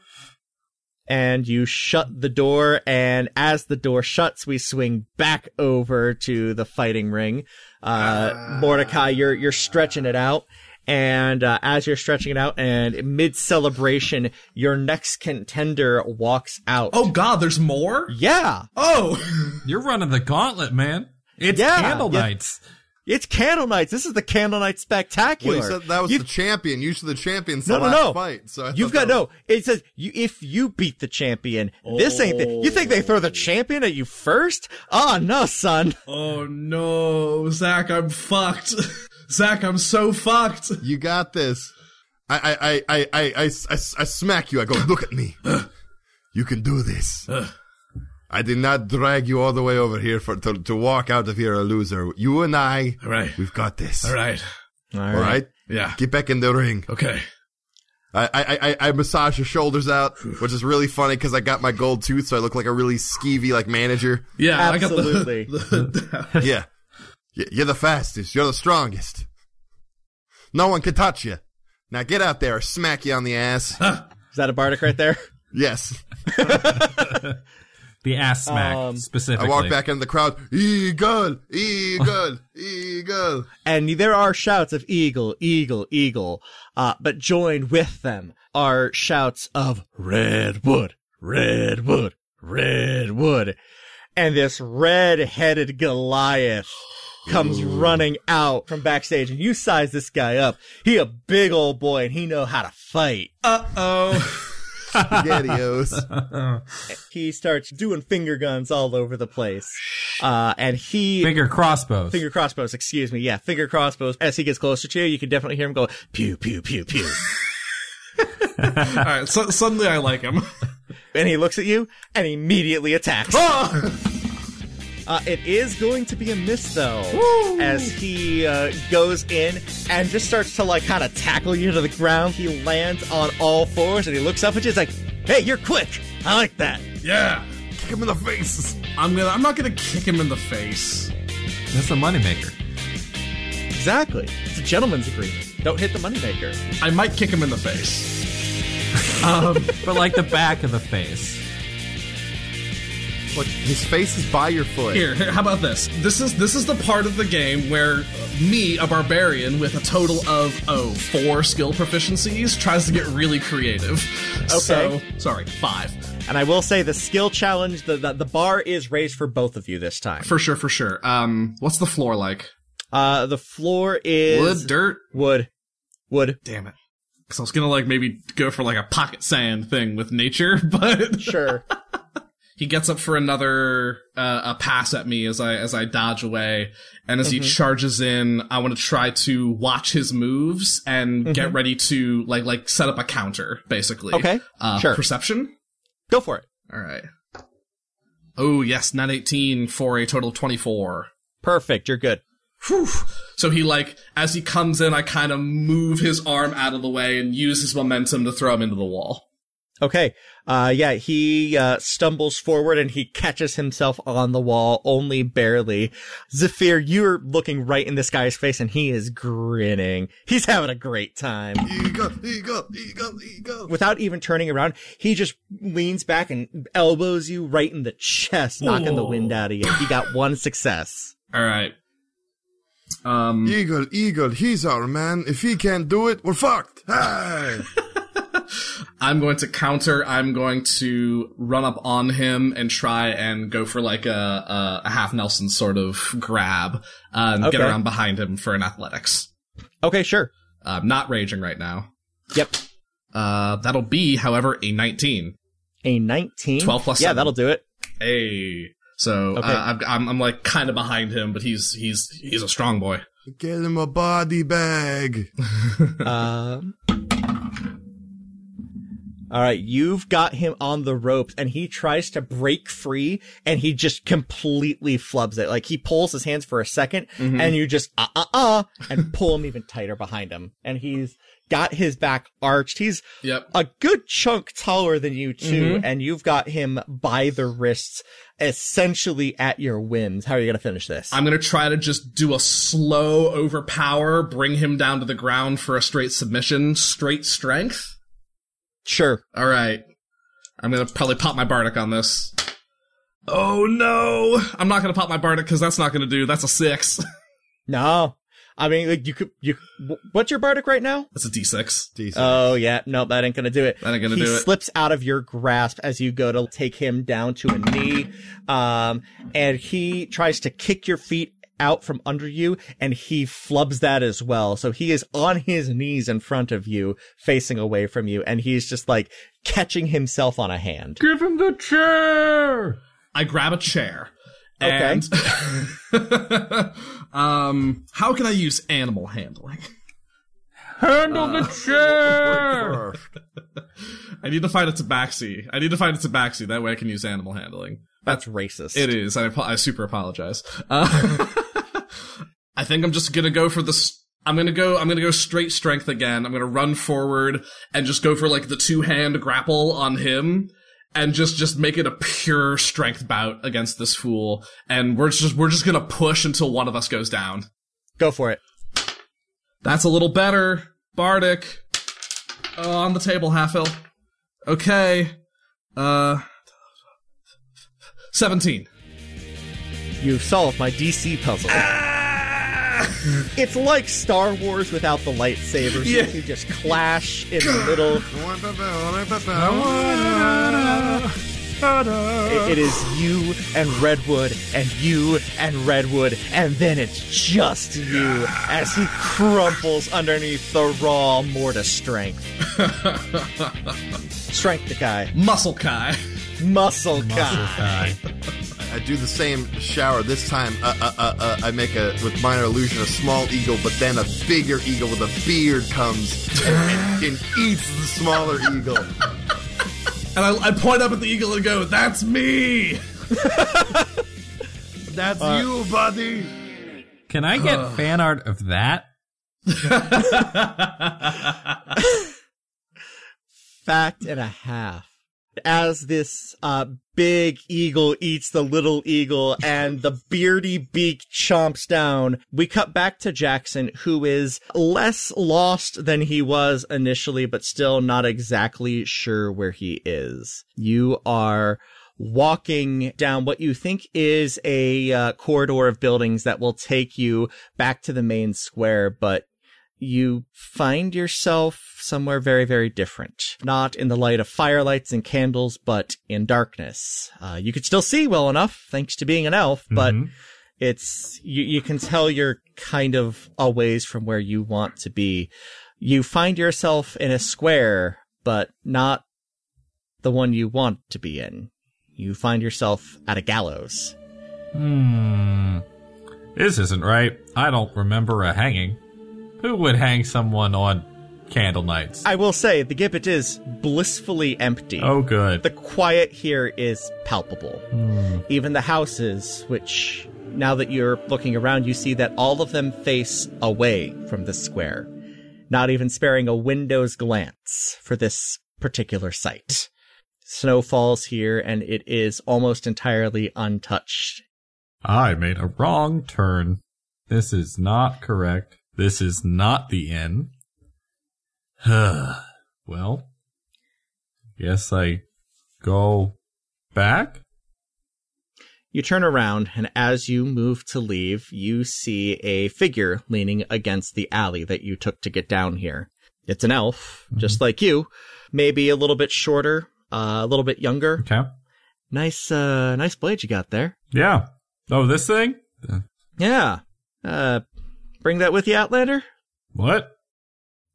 E: and you shut the door and as the door shuts we swing back
C: Ah.
E: over to the fighting ring uh, mordecai you're you're stretching it out And uh, as you're stretching it out and mid celebration, your next contender walks out.
G: Oh God, there's more.
E: yeah.
G: Oh,
I: You're running the gauntlet, man. It's
E: Yeah.
I: candle
E: Yeah.
I: nights.
E: It's Candle Nights. This is the Candle Night Spectacular.
C: Well, you said that was
E: You-
C: the champion. You said the champion's
E: no,
C: the
E: no,
C: last
E: no.
C: fight. So I
E: You've got
C: thought that
E: no. It says you, if you beat the champion, this ain't. The, you think they throw the champion at you first? Ah, no, son.
G: oh no, Zach, I'm fucked. Zach, I'm so fucked.
C: was- You got this. I, I, I, I, I, I, I smack you. I go, look at me. You can do this. I did not drag you all the way over here for to, to walk out of here a loser. You and I,
G: All right,
C: we've got this.
G: all right,
C: All right?
G: yeah,
C: Get back in the ring.
G: okay.
C: I, I, I, I massage your shoulders out, which is really funny because I got my gold tooth, so I look like a really skeevy like manager.
G: Yeah,
E: Absolutely.
G: I got the, the
C: Yeah, Y- you're the fastest. You're the strongest. No one can touch you. Now get out there, smack you on the ass.
E: Is that a Bardic right there?
C: yes,
I: The ass smack
E: Um,
I: specifically.
C: I walk back into the crowd. Eagle, eagle, eagle.
E: And there are shouts of eagle, eagle, eagle. Uh, but joined with them are shouts of redwood, redwood, redwood. And this red-headed Goliath comes running out from backstage and you size this guy up. He a big old boy and he know how to fight.
G: uh oh.
C: Spaghettios.
E: He starts doing finger guns all over the place. Uh, and he
I: Finger crossbows.
E: Finger crossbows, excuse me. Yeah, finger crossbows. As he gets closer to you, you can definitely hear him go pew, pew, pew, pew.
G: All right, so, suddenly I like him.
E: and he looks at you and immediately attacks. Uh, it is going to be a miss though, as he uh, goes in and just starts to like kind of tackle you to the ground. He lands on all fours and he looks up at you. He's like, "Hey, you're quick. I like that."
G: Yeah,
C: Kick him in the face.
G: I'm gonna. I'm not gonna kick him in the face.
I: That's a moneymaker.
E: Exactly. It's a gentleman's agreement. Don't hit the moneymaker.
G: I might kick him in the face.
I: But like the back of the face.
C: Look, his face is by your foot.
G: Here, here, how about this? This is this is the part of the game where me, a barbarian with a total of oh four skill proficiencies, tries to get really creative. So sorry, five
E: And I will say the skill challenge, the, the the bar is raised for both of you this time.
G: for sure, for sure. Um, what's the floor like?
E: Uh, the floor is
G: Wood, dirt.
E: Wood. Wood.
G: Damn it. Because I was gonna like maybe go for like a pocket sand thing with nature, but
E: Sure.
G: he gets up for another uh, a pass at me as I as I dodge away, and as
E: Mm-hmm.
G: he charges in, I want to try to watch his moves and get ready to like like set up a counter basically.
E: Mm-hmm. Okay.
G: uh,
E: Sure.
G: Perception.
E: Go for it.
G: All right. Oh yes, not eighteen for a total of twenty four.
E: Perfect. You're good.
G: Whew. So he like as he comes in, I kind of move his arm out of the way and use his momentum to throw him into the wall.
E: Okay. Uh, yeah, he, uh, stumbles forward and he catches himself on the wall only barely. Zephyr, you're looking right in this guy's face and he is grinning. He's having a great time.
C: Eagle, eagle, eagle, eagle.
E: Without even turning around, he just leans back and elbows you right in the chest, knocking the wind out of you. He got one success.
G: All right. Um.
C: Eagle, eagle, he's our man. If he can't do it, we're fucked. Hey!
G: I'm going to counter. I'm going to run up on him and try and go for like a a, a half Nelson sort of grab uh, and get
E: Okay.
G: around behind him for an athletics.
E: Okay, sure.
G: I'm not raging right now.
E: Yep.
G: Uh, that'll be, however, a 19.
E: A 19.
G: 12 plus
E: Yeah,
G: seven.
E: that'll do it.
G: Hey, so
E: Okay.
G: uh, I'm, I'm I'm like kind of behind him, but he's he's he's a strong boy.
C: Get him a body bag.
E: Um. All right, you've got him on the ropes and he tries to break free and he just completely flubs it. Like he pulls his hands for a 2nd
G: Mm-hmm.
E: and you just uh uh uh and pull him even tighter behind him. And he's got his back arched. He's
G: Yep. Mm-hmm.
E: a good chunk taller than you too and you've got him by the wrists essentially at your whims. How are you going to finish this?
G: I'm gonna try to just do a slow overpower, bring him down to the ground for a straight submission, straight strength.
E: sure.
G: All right. I'm going to probably pop my Bardic on this. Oh no! I'm not going to pop my Bardic because that's not going to do. That's a six.
E: No. I mean, like you could you. What's your bardic right now?
G: That's a d6.
C: Decent.
E: Oh yeah, no, that ain't gonna do it.
G: That ain't gonna
E: he
G: do it.
E: slips out of your grasp as you go to take him down to a knee, um, and he tries to kick your feet out from under you, and he flubs that as well. So he is on his knees in front of you, facing away from you, and he's just like catching himself on a hand.
I: Give him the chair.
G: I grab a chair.
E: Okay.
G: And um, how can I use animal handling? Uh,
I: Handle the chair.
G: I need to find a tabaxi. I need to find a tabaxi. That way I can use animal handling.
E: That's racist.
G: It is. I, apo- I super apologize. Uh, I think I'm just gonna go for the. s- I'm gonna go. I'm gonna go straight strength again. I'm gonna run forward and just go for like the two hand grapple on him, and just just make it a pure strength bout against this fool. And we're just we're just gonna push until one of us goes down.
E: Go for it.
G: That's a little better. Bardic. Oh, on the table, half hill. Okay. Uh. 17.
E: You've solved my DC puzzle.
G: Ah!
E: It's like Star Wars without the lightsabers.
G: Yeah.
E: You just clash in the middle. It- it is you and Redwood and you and Redwood, and then it's just you as he crumples underneath the raw Mortis strength. strength guy,
G: Muscle Kai.
E: muscle
I: Muscle
E: guy.
I: guy.
C: I do the same shower. This time, uh, uh, uh, uh, I make a with minor illusion a small eagle, but then a bigger eagle with a beard comes and, and, and eats the smaller eagle.
G: And I, I point up at the eagle and go, That's me!
C: That's you, buddy.
I: Can I get fan art of that?
E: fact and a half. As this uh, big eagle eats the little eagle and the beardy beak chomps down, we cut back to Jackson, who is less lost than he was initially, but still not exactly sure where he is. You are walking down what you think is a uh, corridor of buildings that will take you back to the main square, but you find yourself somewhere very, very different. Not in the light of firelights and candles, but in darkness. Uh, you could still see well enough, thanks to being an elf, but it's, you, you can tell you're kind of a ways from where you want to be. You find yourself in a square, but not the one you want to be in. You find yourself at a gallows.
I: Hmm. This isn't right. I don't remember a hanging. Who would hang someone on candle nights?
E: I will say, the gibbet is blissfully empty.
I: oh, good.
E: The quiet here is palpable. Even the houses, which now that you're looking around, you see that all of them face away from the square, not even sparing a window's glance for this particular site. Snow falls here, and it is almost entirely untouched.
I: I made a wrong turn. This is not correct. This is not the inn. well, yes, I go back.
E: You turn around, and as you move to leave, you see a figure leaning against the alley that you took to get down here. It's an elf, just like you, maybe a little bit shorter, uh, a little bit younger.
I: Okay.
E: Nice, uh, nice blade you got there.
I: Yeah. Oh, this thing?
E: Yeah. Uh, bring that with you, Outlander?
I: What?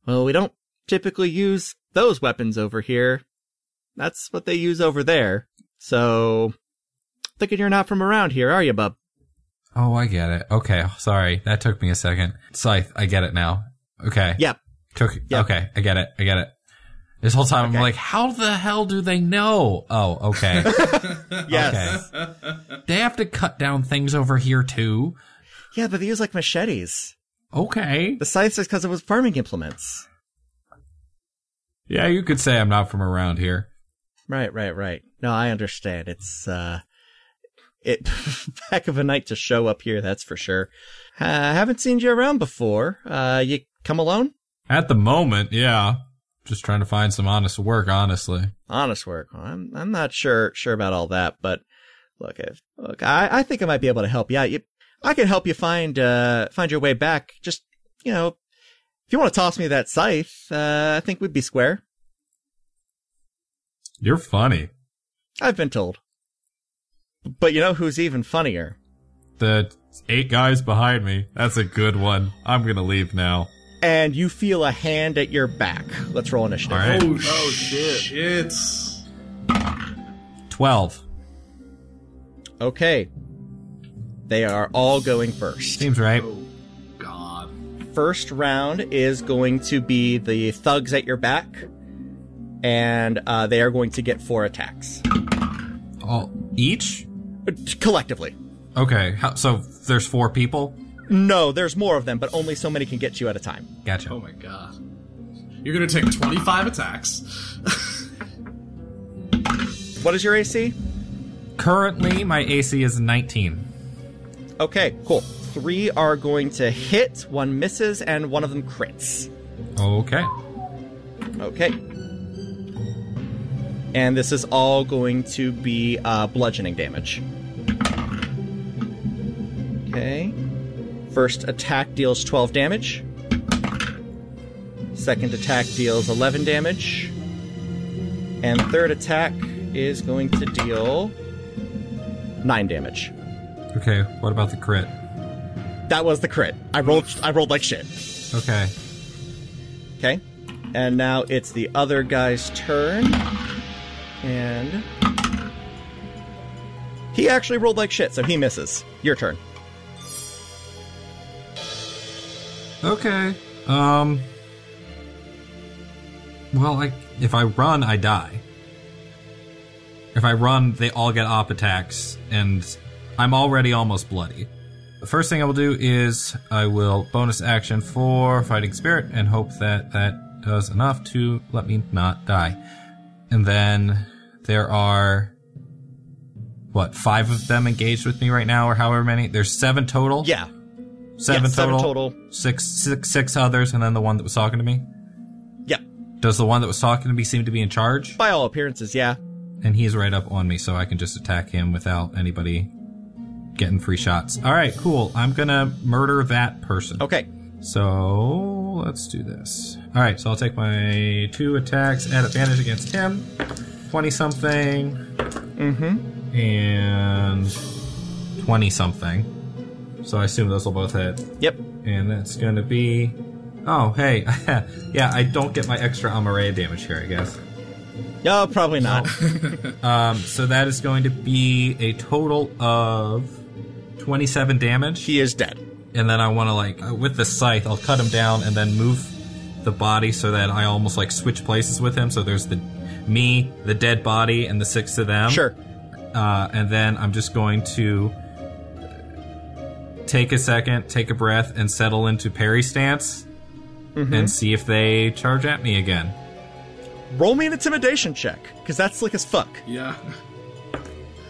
E: Well, we don't typically use those weapons over here. That's what they use over there. So, thinking you're not from around here, are you, bub?
I: Oh, I get it. Okay. Sorry. That took me a second. Scythe. I get it now. Okay.
E: Yep.
I: Took,
E: Yep.
I: Okay. I get it. I get it. This whole time I'm like, how the hell do they know? Oh, okay.
E: Yes.
I: they have to cut down things over here too.
E: Yeah, but they use like machetes.
I: Okay.
E: The scythes is because it was farming implements.
I: Yeah, you could say I'm not from around here.
E: Right, right, right. No, I understand. It's, uh, it, back of a night to show up here, that's for sure. Uh, I haven't seen you around before. Uh, you come alone?
I: At the moment, yeah. Just trying to find some honest work, honestly.
E: honest work. I'm I'm not sure sure about all that, but look, if, look, I, I think I might be able to help you out. You, I can help you find uh find your way back. Just you know, if you want to toss me that scythe, uh, I think we'd be square.
I: You're funny.
E: I've been told. But you know who's even funnier?
I: The eight guys behind me. That's a good one. I'm gonna leave now.
E: And you feel a hand at your back. Let's roll initiative.
I: All right.
G: Oh, shit.
I: Twelve.
E: Okay. They are all going first.
I: Seems right.
G: God.
E: First round is going to be the thugs at your back, and uh, they are going to get four attacks
I: All each?
E: Uh, collectively.
I: Okay. How, so there's four people.
E: No, there's more of them, but only so many can get you at a time.
I: Gotcha.
G: Oh my god. You're gonna take 25 attacks.
E: What is your AC?
I: Currently, my AC is 19.
E: Okay, cool. Three are going to hit, one misses, and one of them crits.
I: Okay.
E: Okay. And this is all going to be uh, bludgeoning damage. Okay. First attack deals 12 damage. Second attack deals 11 damage. And third attack is going to deal 9 damage.
I: Okay. What about the crit?
E: That was the crit. I rolled I rolled like shit.
I: Okay.
E: Okay. And now it's the other guy's turn. And. He actually rolled like shit, so he misses. Your turn.
I: Okay. Um. Well, I if I run, I die. If I run, they all get op attacks, and I'm already almost bloody. The first thing I will do is I will bonus action for fighting spirit and hope that that does enough to let me not die. And then there are what five of them engaged with me right now, or however many. There's seven total.
E: Yeah.
I: Seven,
E: Yeah,
I: total,
E: seven total.
I: Six, six, six others, and then the one that was talking to me.
E: Yeah.
I: Does the one that was talking to me seem to be in charge?
E: By all appearances, yeah.
I: And he's right up on me, so I can just attack him without anybody getting free shots. All right, cool. I'm gonna murder that person.
E: Okay.
I: So Oh, let's do this. All right, so I'll take my two attacks at advantage against him. Twenty something. Mm-hmm. And twenty something. So I assume those will both hit.
E: Yep.
I: And that's gonna be. Oh, hey. yeah, I don't get my extra Amareya damage here, I guess.
E: No, probably not.
I: Um, so that is going to be a total of 27 damage.
E: He is dead.
I: And then I wanna, like, uh, with the scythe, I'll cut him down and then move the body so that I almost, like, switch places with him. So there's the. Me, the dead body, and the six of them.
E: Sure.
I: Uh, and then I'm just going to take a second, take a breath, and settle into parry stance and see if they charge at me again.
E: Roll me an intimidation check, because that's slick as fuck.
G: yeah.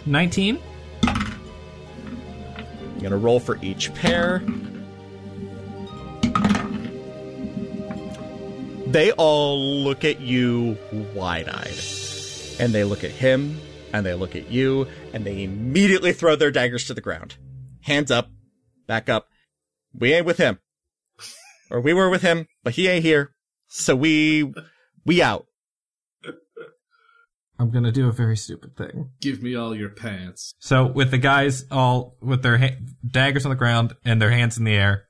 I: 19?
E: I'm going to roll for each pair. They all look at you wide eyed. And they look at him, and they look at you, and they immediately throw their daggers to the ground. Hands up, back up. We ain't with him. Or we were with him, but he ain't here. So we, we out.
I: I'm going to do a very stupid thing.
G: Give me all your pants.
I: So, with the guys all with their ha- daggers on the ground and their hands in the air,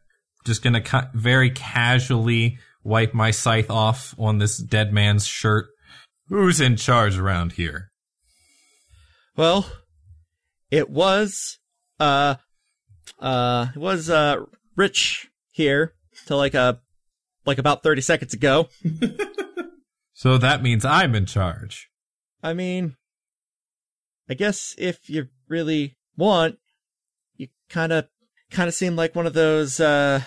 I: just going to ca- very casually wipe my scythe off on this dead man's shirt. Who's in charge around here?
E: Well, it was, uh, uh, it was, uh, Rich here till like, uh, like about 30 seconds ago.
I: So that means I'm in charge.
E: I mean, I guess if you really want, you kind of, kind of seem like one of those, uh,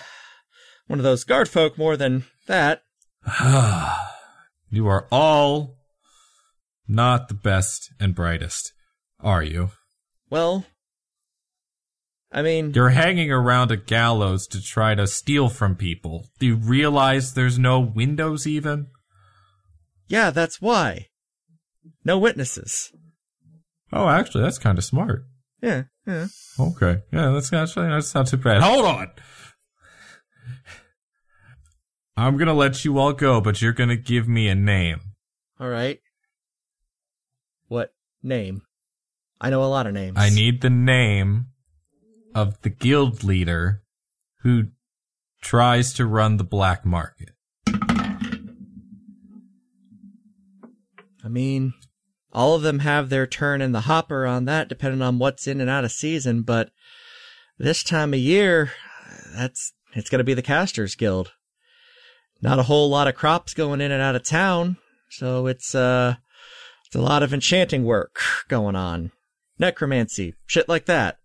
E: one of those guard folk more than that.
I: you are all not the best and brightest, are you?
E: Well, I mean,
I: You're hanging around a gallows to try to steal from people. Do you realize there's no windows even?
E: yeah, that's why. No witnesses.
I: Oh, actually, that's kind of smart.
E: Yeah, yeah.
I: Okay. Yeah, that's actually that's not too bad. Hold on. I'm gonna let you all go, but you're gonna give me a name.
E: All right. What name? I know a lot of names.
I: I need the name of the guild leader who tries to run the black market.
E: I mean, all of them have their turn in the hopper on that, depending on what's in and out of season. But this time of year, that's it's going to be the Casters Guild. Not a whole lot of crops going in and out of town, so it's uh, it's a lot of enchanting work going on, necromancy, shit like that.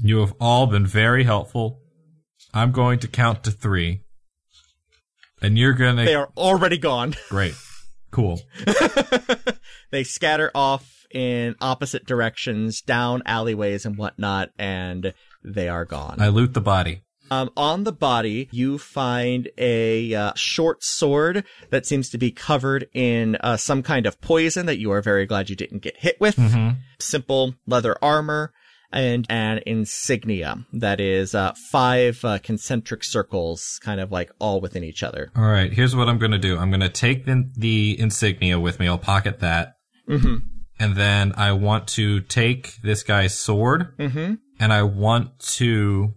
I: You have all been very helpful. I'm going to count to three. And you're gonna
E: They are already gone.
I: great. Cool.
E: they scatter off in opposite directions, down alleyways and whatnot, and they are gone.
I: I loot the body.
E: Um, on the body, you find a uh, short sword that seems to be covered in uh, some kind of poison that you are very glad you didn't get hit with.
I: Mm-hmm.
E: Simple leather armor and an insignia that is uh, five uh, concentric circles, kind of like all within each other.
I: All right, here's what I'm going to do. I'm going to take the, the insignia with me. I'll pocket that.
E: Mhm.
I: And then I want to take this guy's sword
E: Mm-hmm.
I: and I want to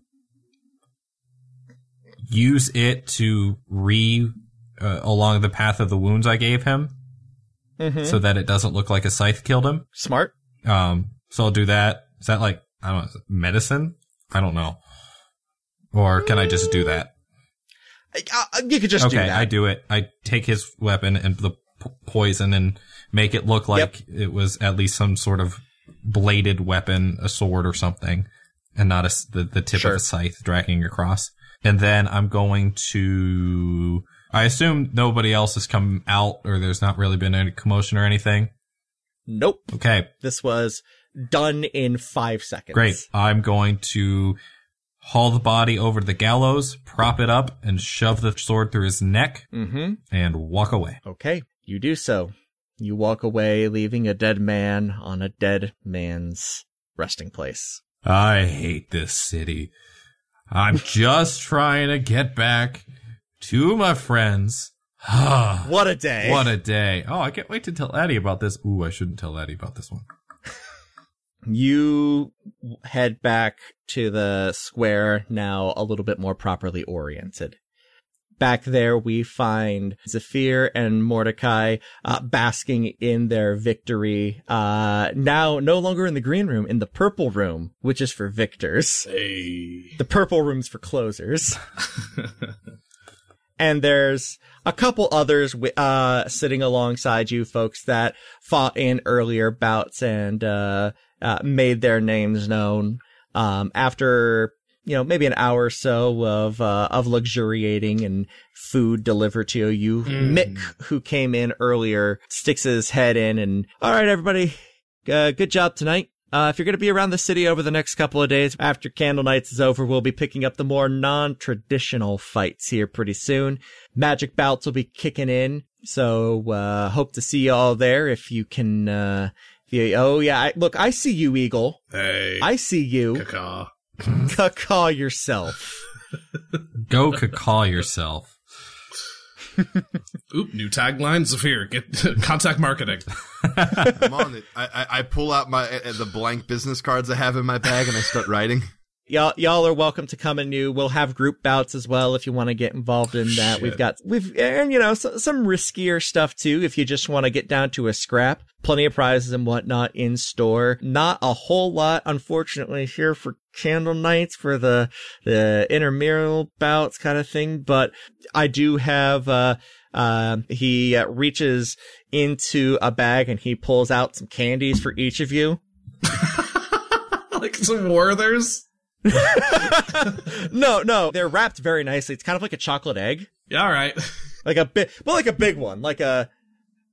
I: use it to re uh, along the path of the wounds I gave him
E: Mhm.
I: so that it doesn't look like a scythe killed him.
E: Smart.
I: Um, so I'll do that. Is that like, I don't know, is it medicine? I don't know. Or can I just do that?
E: Uh, uh, you could just do
I: okay,
E: that.
I: I do it. I take his weapon and the p- poison and make it look like it was at least some sort of bladed weapon, a sword or something, and not a s the, the tip
E: Sure.
I: of a scythe dragging across. And then I'm going to. I assume nobody else has come out or there's not really been any commotion or anything.
E: Nope.
I: Okay,
E: This was done in five seconds.
I: Great. I'm going to haul the body over to the gallows, prop it up, and shove the sword through his neck
E: Mm-hmm.
I: and walk away.
E: Okay. You do so. You walk away, leaving a dead man on a dead man's resting place.
I: I hate this city. I'm just trying to get back to my friends. what
E: What a day.
I: a day. Oh, I can't wait to tell Addie about this. Ooh, I shouldn't tell Addie about this one.
E: you head back to the square now a little bit more properly oriented. Back there, we find Zephyr and Mordecai uh, basking in their victory. Uh, now, no longer in the green room, in the purple room, which is for victors. The purple room's for closers. and there's a couple others wi- uh, sitting alongside you folks that fought in earlier bouts and uh, uh, made their names known um, after you know maybe an hour or so of uh, of luxuriating and food delivered to you. Mick, who came in earlier, sticks his head in and all right, everybody, uh, good job tonight. Uh, if you're going to be around the city over the next couple of days after Candle Nights is over, we'll be picking up the more non-traditional fights here pretty soon. Magic bouts will be kicking in, so uh, hope to see you all there. If you can, uh, if you, oh yeah, I, look, I see you, Eagle.
G: Hey,
E: I see you.
G: caca.
E: Caw yourself.
I: Go cacaw yourself.
G: Oop, new tagline, Zafir. Get contact marketing.
C: I'm on it. I, I, I pull out my uh, the blank business cards I have in my bag and I start writing.
E: Y'all, y'all are welcome to come and new. We'll have group bouts as well if you want to get involved in that. We've got we've and you know so, some riskier stuff too if you just want to get down to a scrap. Plenty of prizes and whatnot in store. Not a whole lot, unfortunately, here for candle nights for the the intramural bouts kind of thing. But I do have. uh uh, he uh, reaches into a bag and he pulls out some candies for each of you.
G: like some Werthers.
E: No, no, they're wrapped very nicely. It's kind of like a chocolate egg,
G: Yeah, all right.
E: like a big, well, like a big one, like a,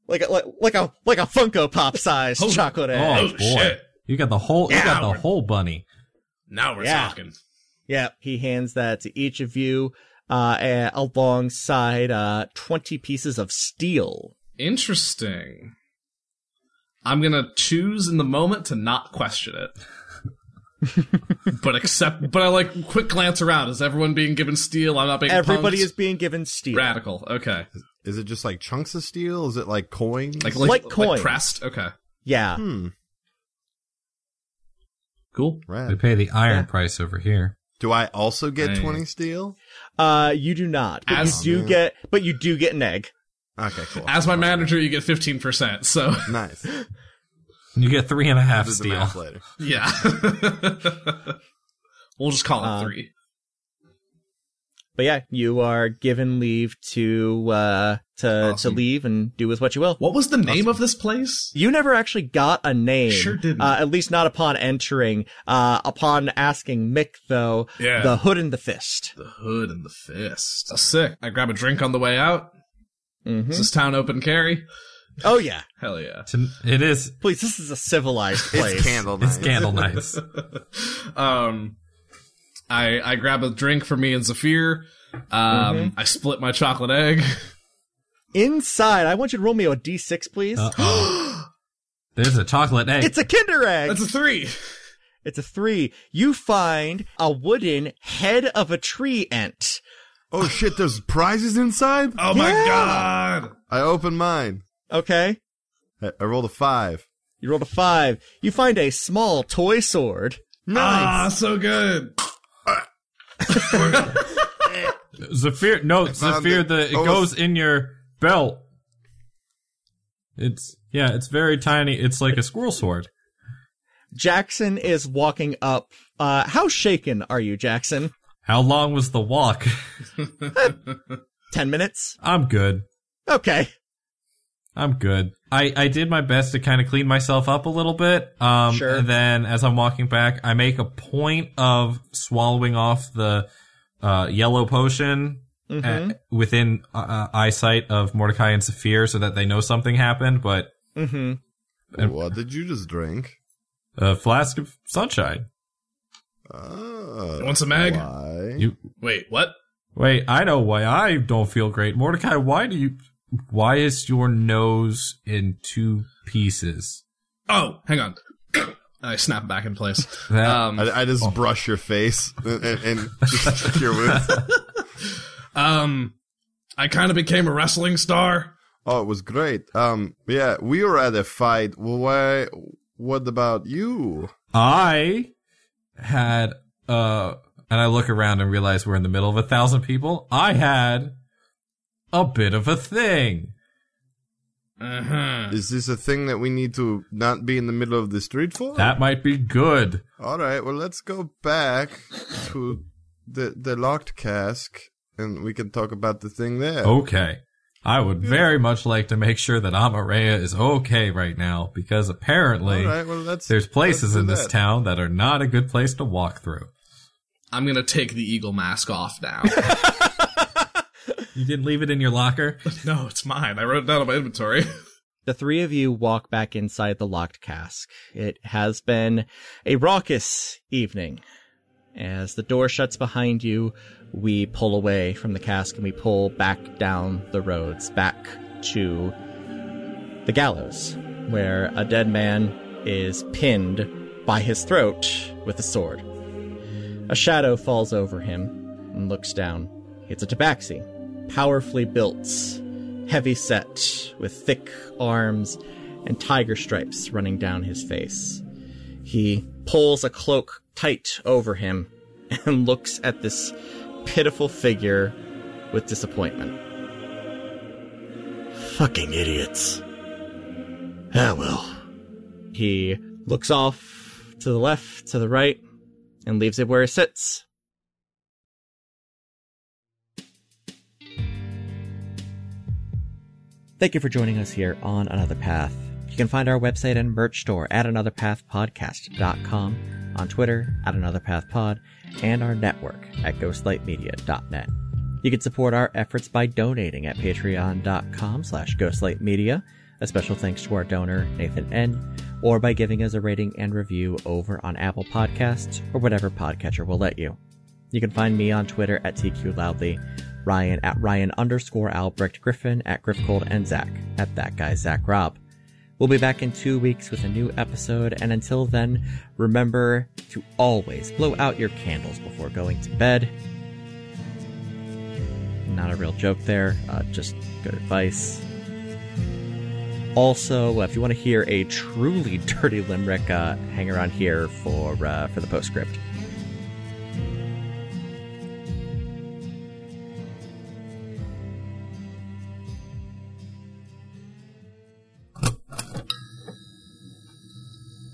E: like a, like, like a, like a Funko Pop size chocolate egg.
G: Oh,
I: Oh, boy.
G: shit.
I: You got the whole you
G: Yeah,
I: got the
G: we're-
I: whole bunny.
G: Now we're
E: Yeah.
G: talking.
E: Yeah, he hands that to each of you, uh, a- alongside uh, twenty pieces of steel.
G: Interesting. I'm gonna choose in the moment to not question it. but except, but I like quick glance around. Is everyone being given steel? I'm not being.
E: Everybody
G: punked?
E: is being given steel.
G: radical. Okay,
C: Is it just like chunks of steel? Is it like coins?
G: like
E: Like coins.
G: pressed. Okay,
E: Yeah.
C: hmm.
G: cool.
I: They
C: Rad.
I: pay the iron price over here.
C: Do I also get
G: Dang.
C: twenty steel?
E: Uh, you do not. But
G: As-
E: you do
C: Oh, man.
E: get, but you do get an egg.
C: Okay, cool.
G: As my manager, you get fifteen percent. So
C: nice. I'll
I: You get three and a half
C: do the
I: steel.
C: math later.
G: yeah, we'll just call it
E: Uh,
G: three.
E: But yeah, you are given leave to uh to
G: Awesome.
E: to leave and do with what you will.
G: What was the name of this place?
E: You never actually got a name.
G: Sure didn't.
E: Uh, at least not upon entering. Uh, upon asking Mick though,
G: Yeah.
E: the hood and the fist.
G: The hood and the fist. That's sick. I grab a drink on the way out.
E: Mhm.
G: Is this town open carry?
E: Oh yeah,
G: Hell yeah.
I: To- It is.
E: please. This is a civilized place.
C: It's candle night.
I: It's candle nights.
G: um, I I grab a drink for me and Zafir. Um, I split my chocolate egg.
E: Inside, I want you to roll me a d6, please.
G: Uh,
I: Uh-oh. There's a chocolate egg.
E: it's a Kinder egg.
G: That's a three.
E: It's a three. You find a wooden head of a tree ant.
C: Oh shit! There's prizes inside.
G: Oh my
E: Yeah.
G: god.
C: I opened mine.
E: Okay.
C: I, I rolled a five.
E: You rolled a five. You find a small toy sword.
G: Ah, so good.
I: Zephyr. No,
C: found
I: Zephyr.
C: it.
I: The it
C: Oh,
I: goes in your belt. It's yeah. It's very tiny. It's like a squirrel sword.
E: Jackson is walking up. Uh, how shaken are you, Jackson?
I: How long was the walk?
E: Ten minutes?
I: I'm good.
E: Okay.
I: I'm good. I, I did my best to kind of clean myself up a little bit. Um,
E: Sure.
I: And then as I'm walking back, I make a point of swallowing off the uh, yellow potion
E: hmm
I: at- within uh, eyesight of Mordecai and Saphir so that they know something happened. But
E: hmm
I: And-
C: What did you just drink?
I: a flask of sunshine.
C: Oh,
G: You want some egg?
C: Uh, Why?
I: You
G: Wait, what?
I: wait. I know why I don't feel great, Mordecai. Why do you? Why is your nose in two pieces?
G: Oh, hang on. I snap back in place.
I: That-
G: Um,
C: I, I just brush your face and, and, and just your wounds.
G: um, I kind of became a wrestling star.
C: Oh, it was great. Um, yeah, we were at a fight. Well, why? What about you?
I: I had uh and I look around and realize we're in the middle of a thousand people. I had a bit of a thing. Hmm.
G: Uh-huh.
C: Is this a thing that we need to not be in the middle of the street for?
I: That might be good.
C: All right. Well, let's go back to the the locked cask, and we can talk about the thing there.
I: Okay. I would very much like to make sure that Amareya is okay right now because
C: All
I: apparently
C: right. Well, let's.
I: there's places
C: let's do
I: in this
C: that.
I: town that are not a good place to walk through.
G: I'm gonna take the eagle mask off now.
I: You didn't leave it in your locker?
G: no, it's mine. I wrote it down on my inventory.
E: The three of you walk back inside the locked cask. It has been a raucous evening. As the door shuts behind you, we pull away from the cask and we pull back down the roads, back to the gallows, where a dead man is pinned by his throat with a sword. A shadow falls over him and looks down. It's a tabaxi, powerfully built, heavy set, with thick arms and tiger stripes running down his face. He pulls a cloak tight over him and looks at this pitiful figure with disappointment. Fucking idiots. Ah, well. He looks off to the left, to the right, and leaves it where it sits.
J: Thank you for joining us here on Another Path. You can find our website and merch store at anotherpathpodcast.com, on Twitter at anotherpathpod, and our network at ghostlightmedia.net. You can support our efforts by donating at patreon.com slash ghostlightmedia, a special thanks to our donor, Nathan N., or by giving us a rating and review over on Apple Podcasts or whatever podcatcher will let you. You can find me on Twitter at TQLoudly, Ryan at Ryan underscore Albrecht Griffin, at Griffcold, and Zach at that guy Zach Rob.
E: We'll be back in two weeks with a new episode, and until then, remember to always blow out your candles before going to bed. Not a real joke there, uh, just good advice. Also, uh, if you want to hear a truly dirty limerick, uh, hang around here for uh, for the postscript.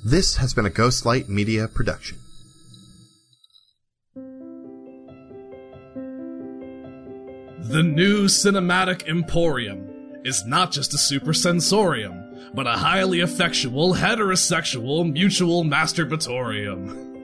C: This has been a Ghostlight Media production.
G: The new Cinematic Emporium is not just a supersensorium, but a highly effectual, heterosexual, mutual masturbatorium.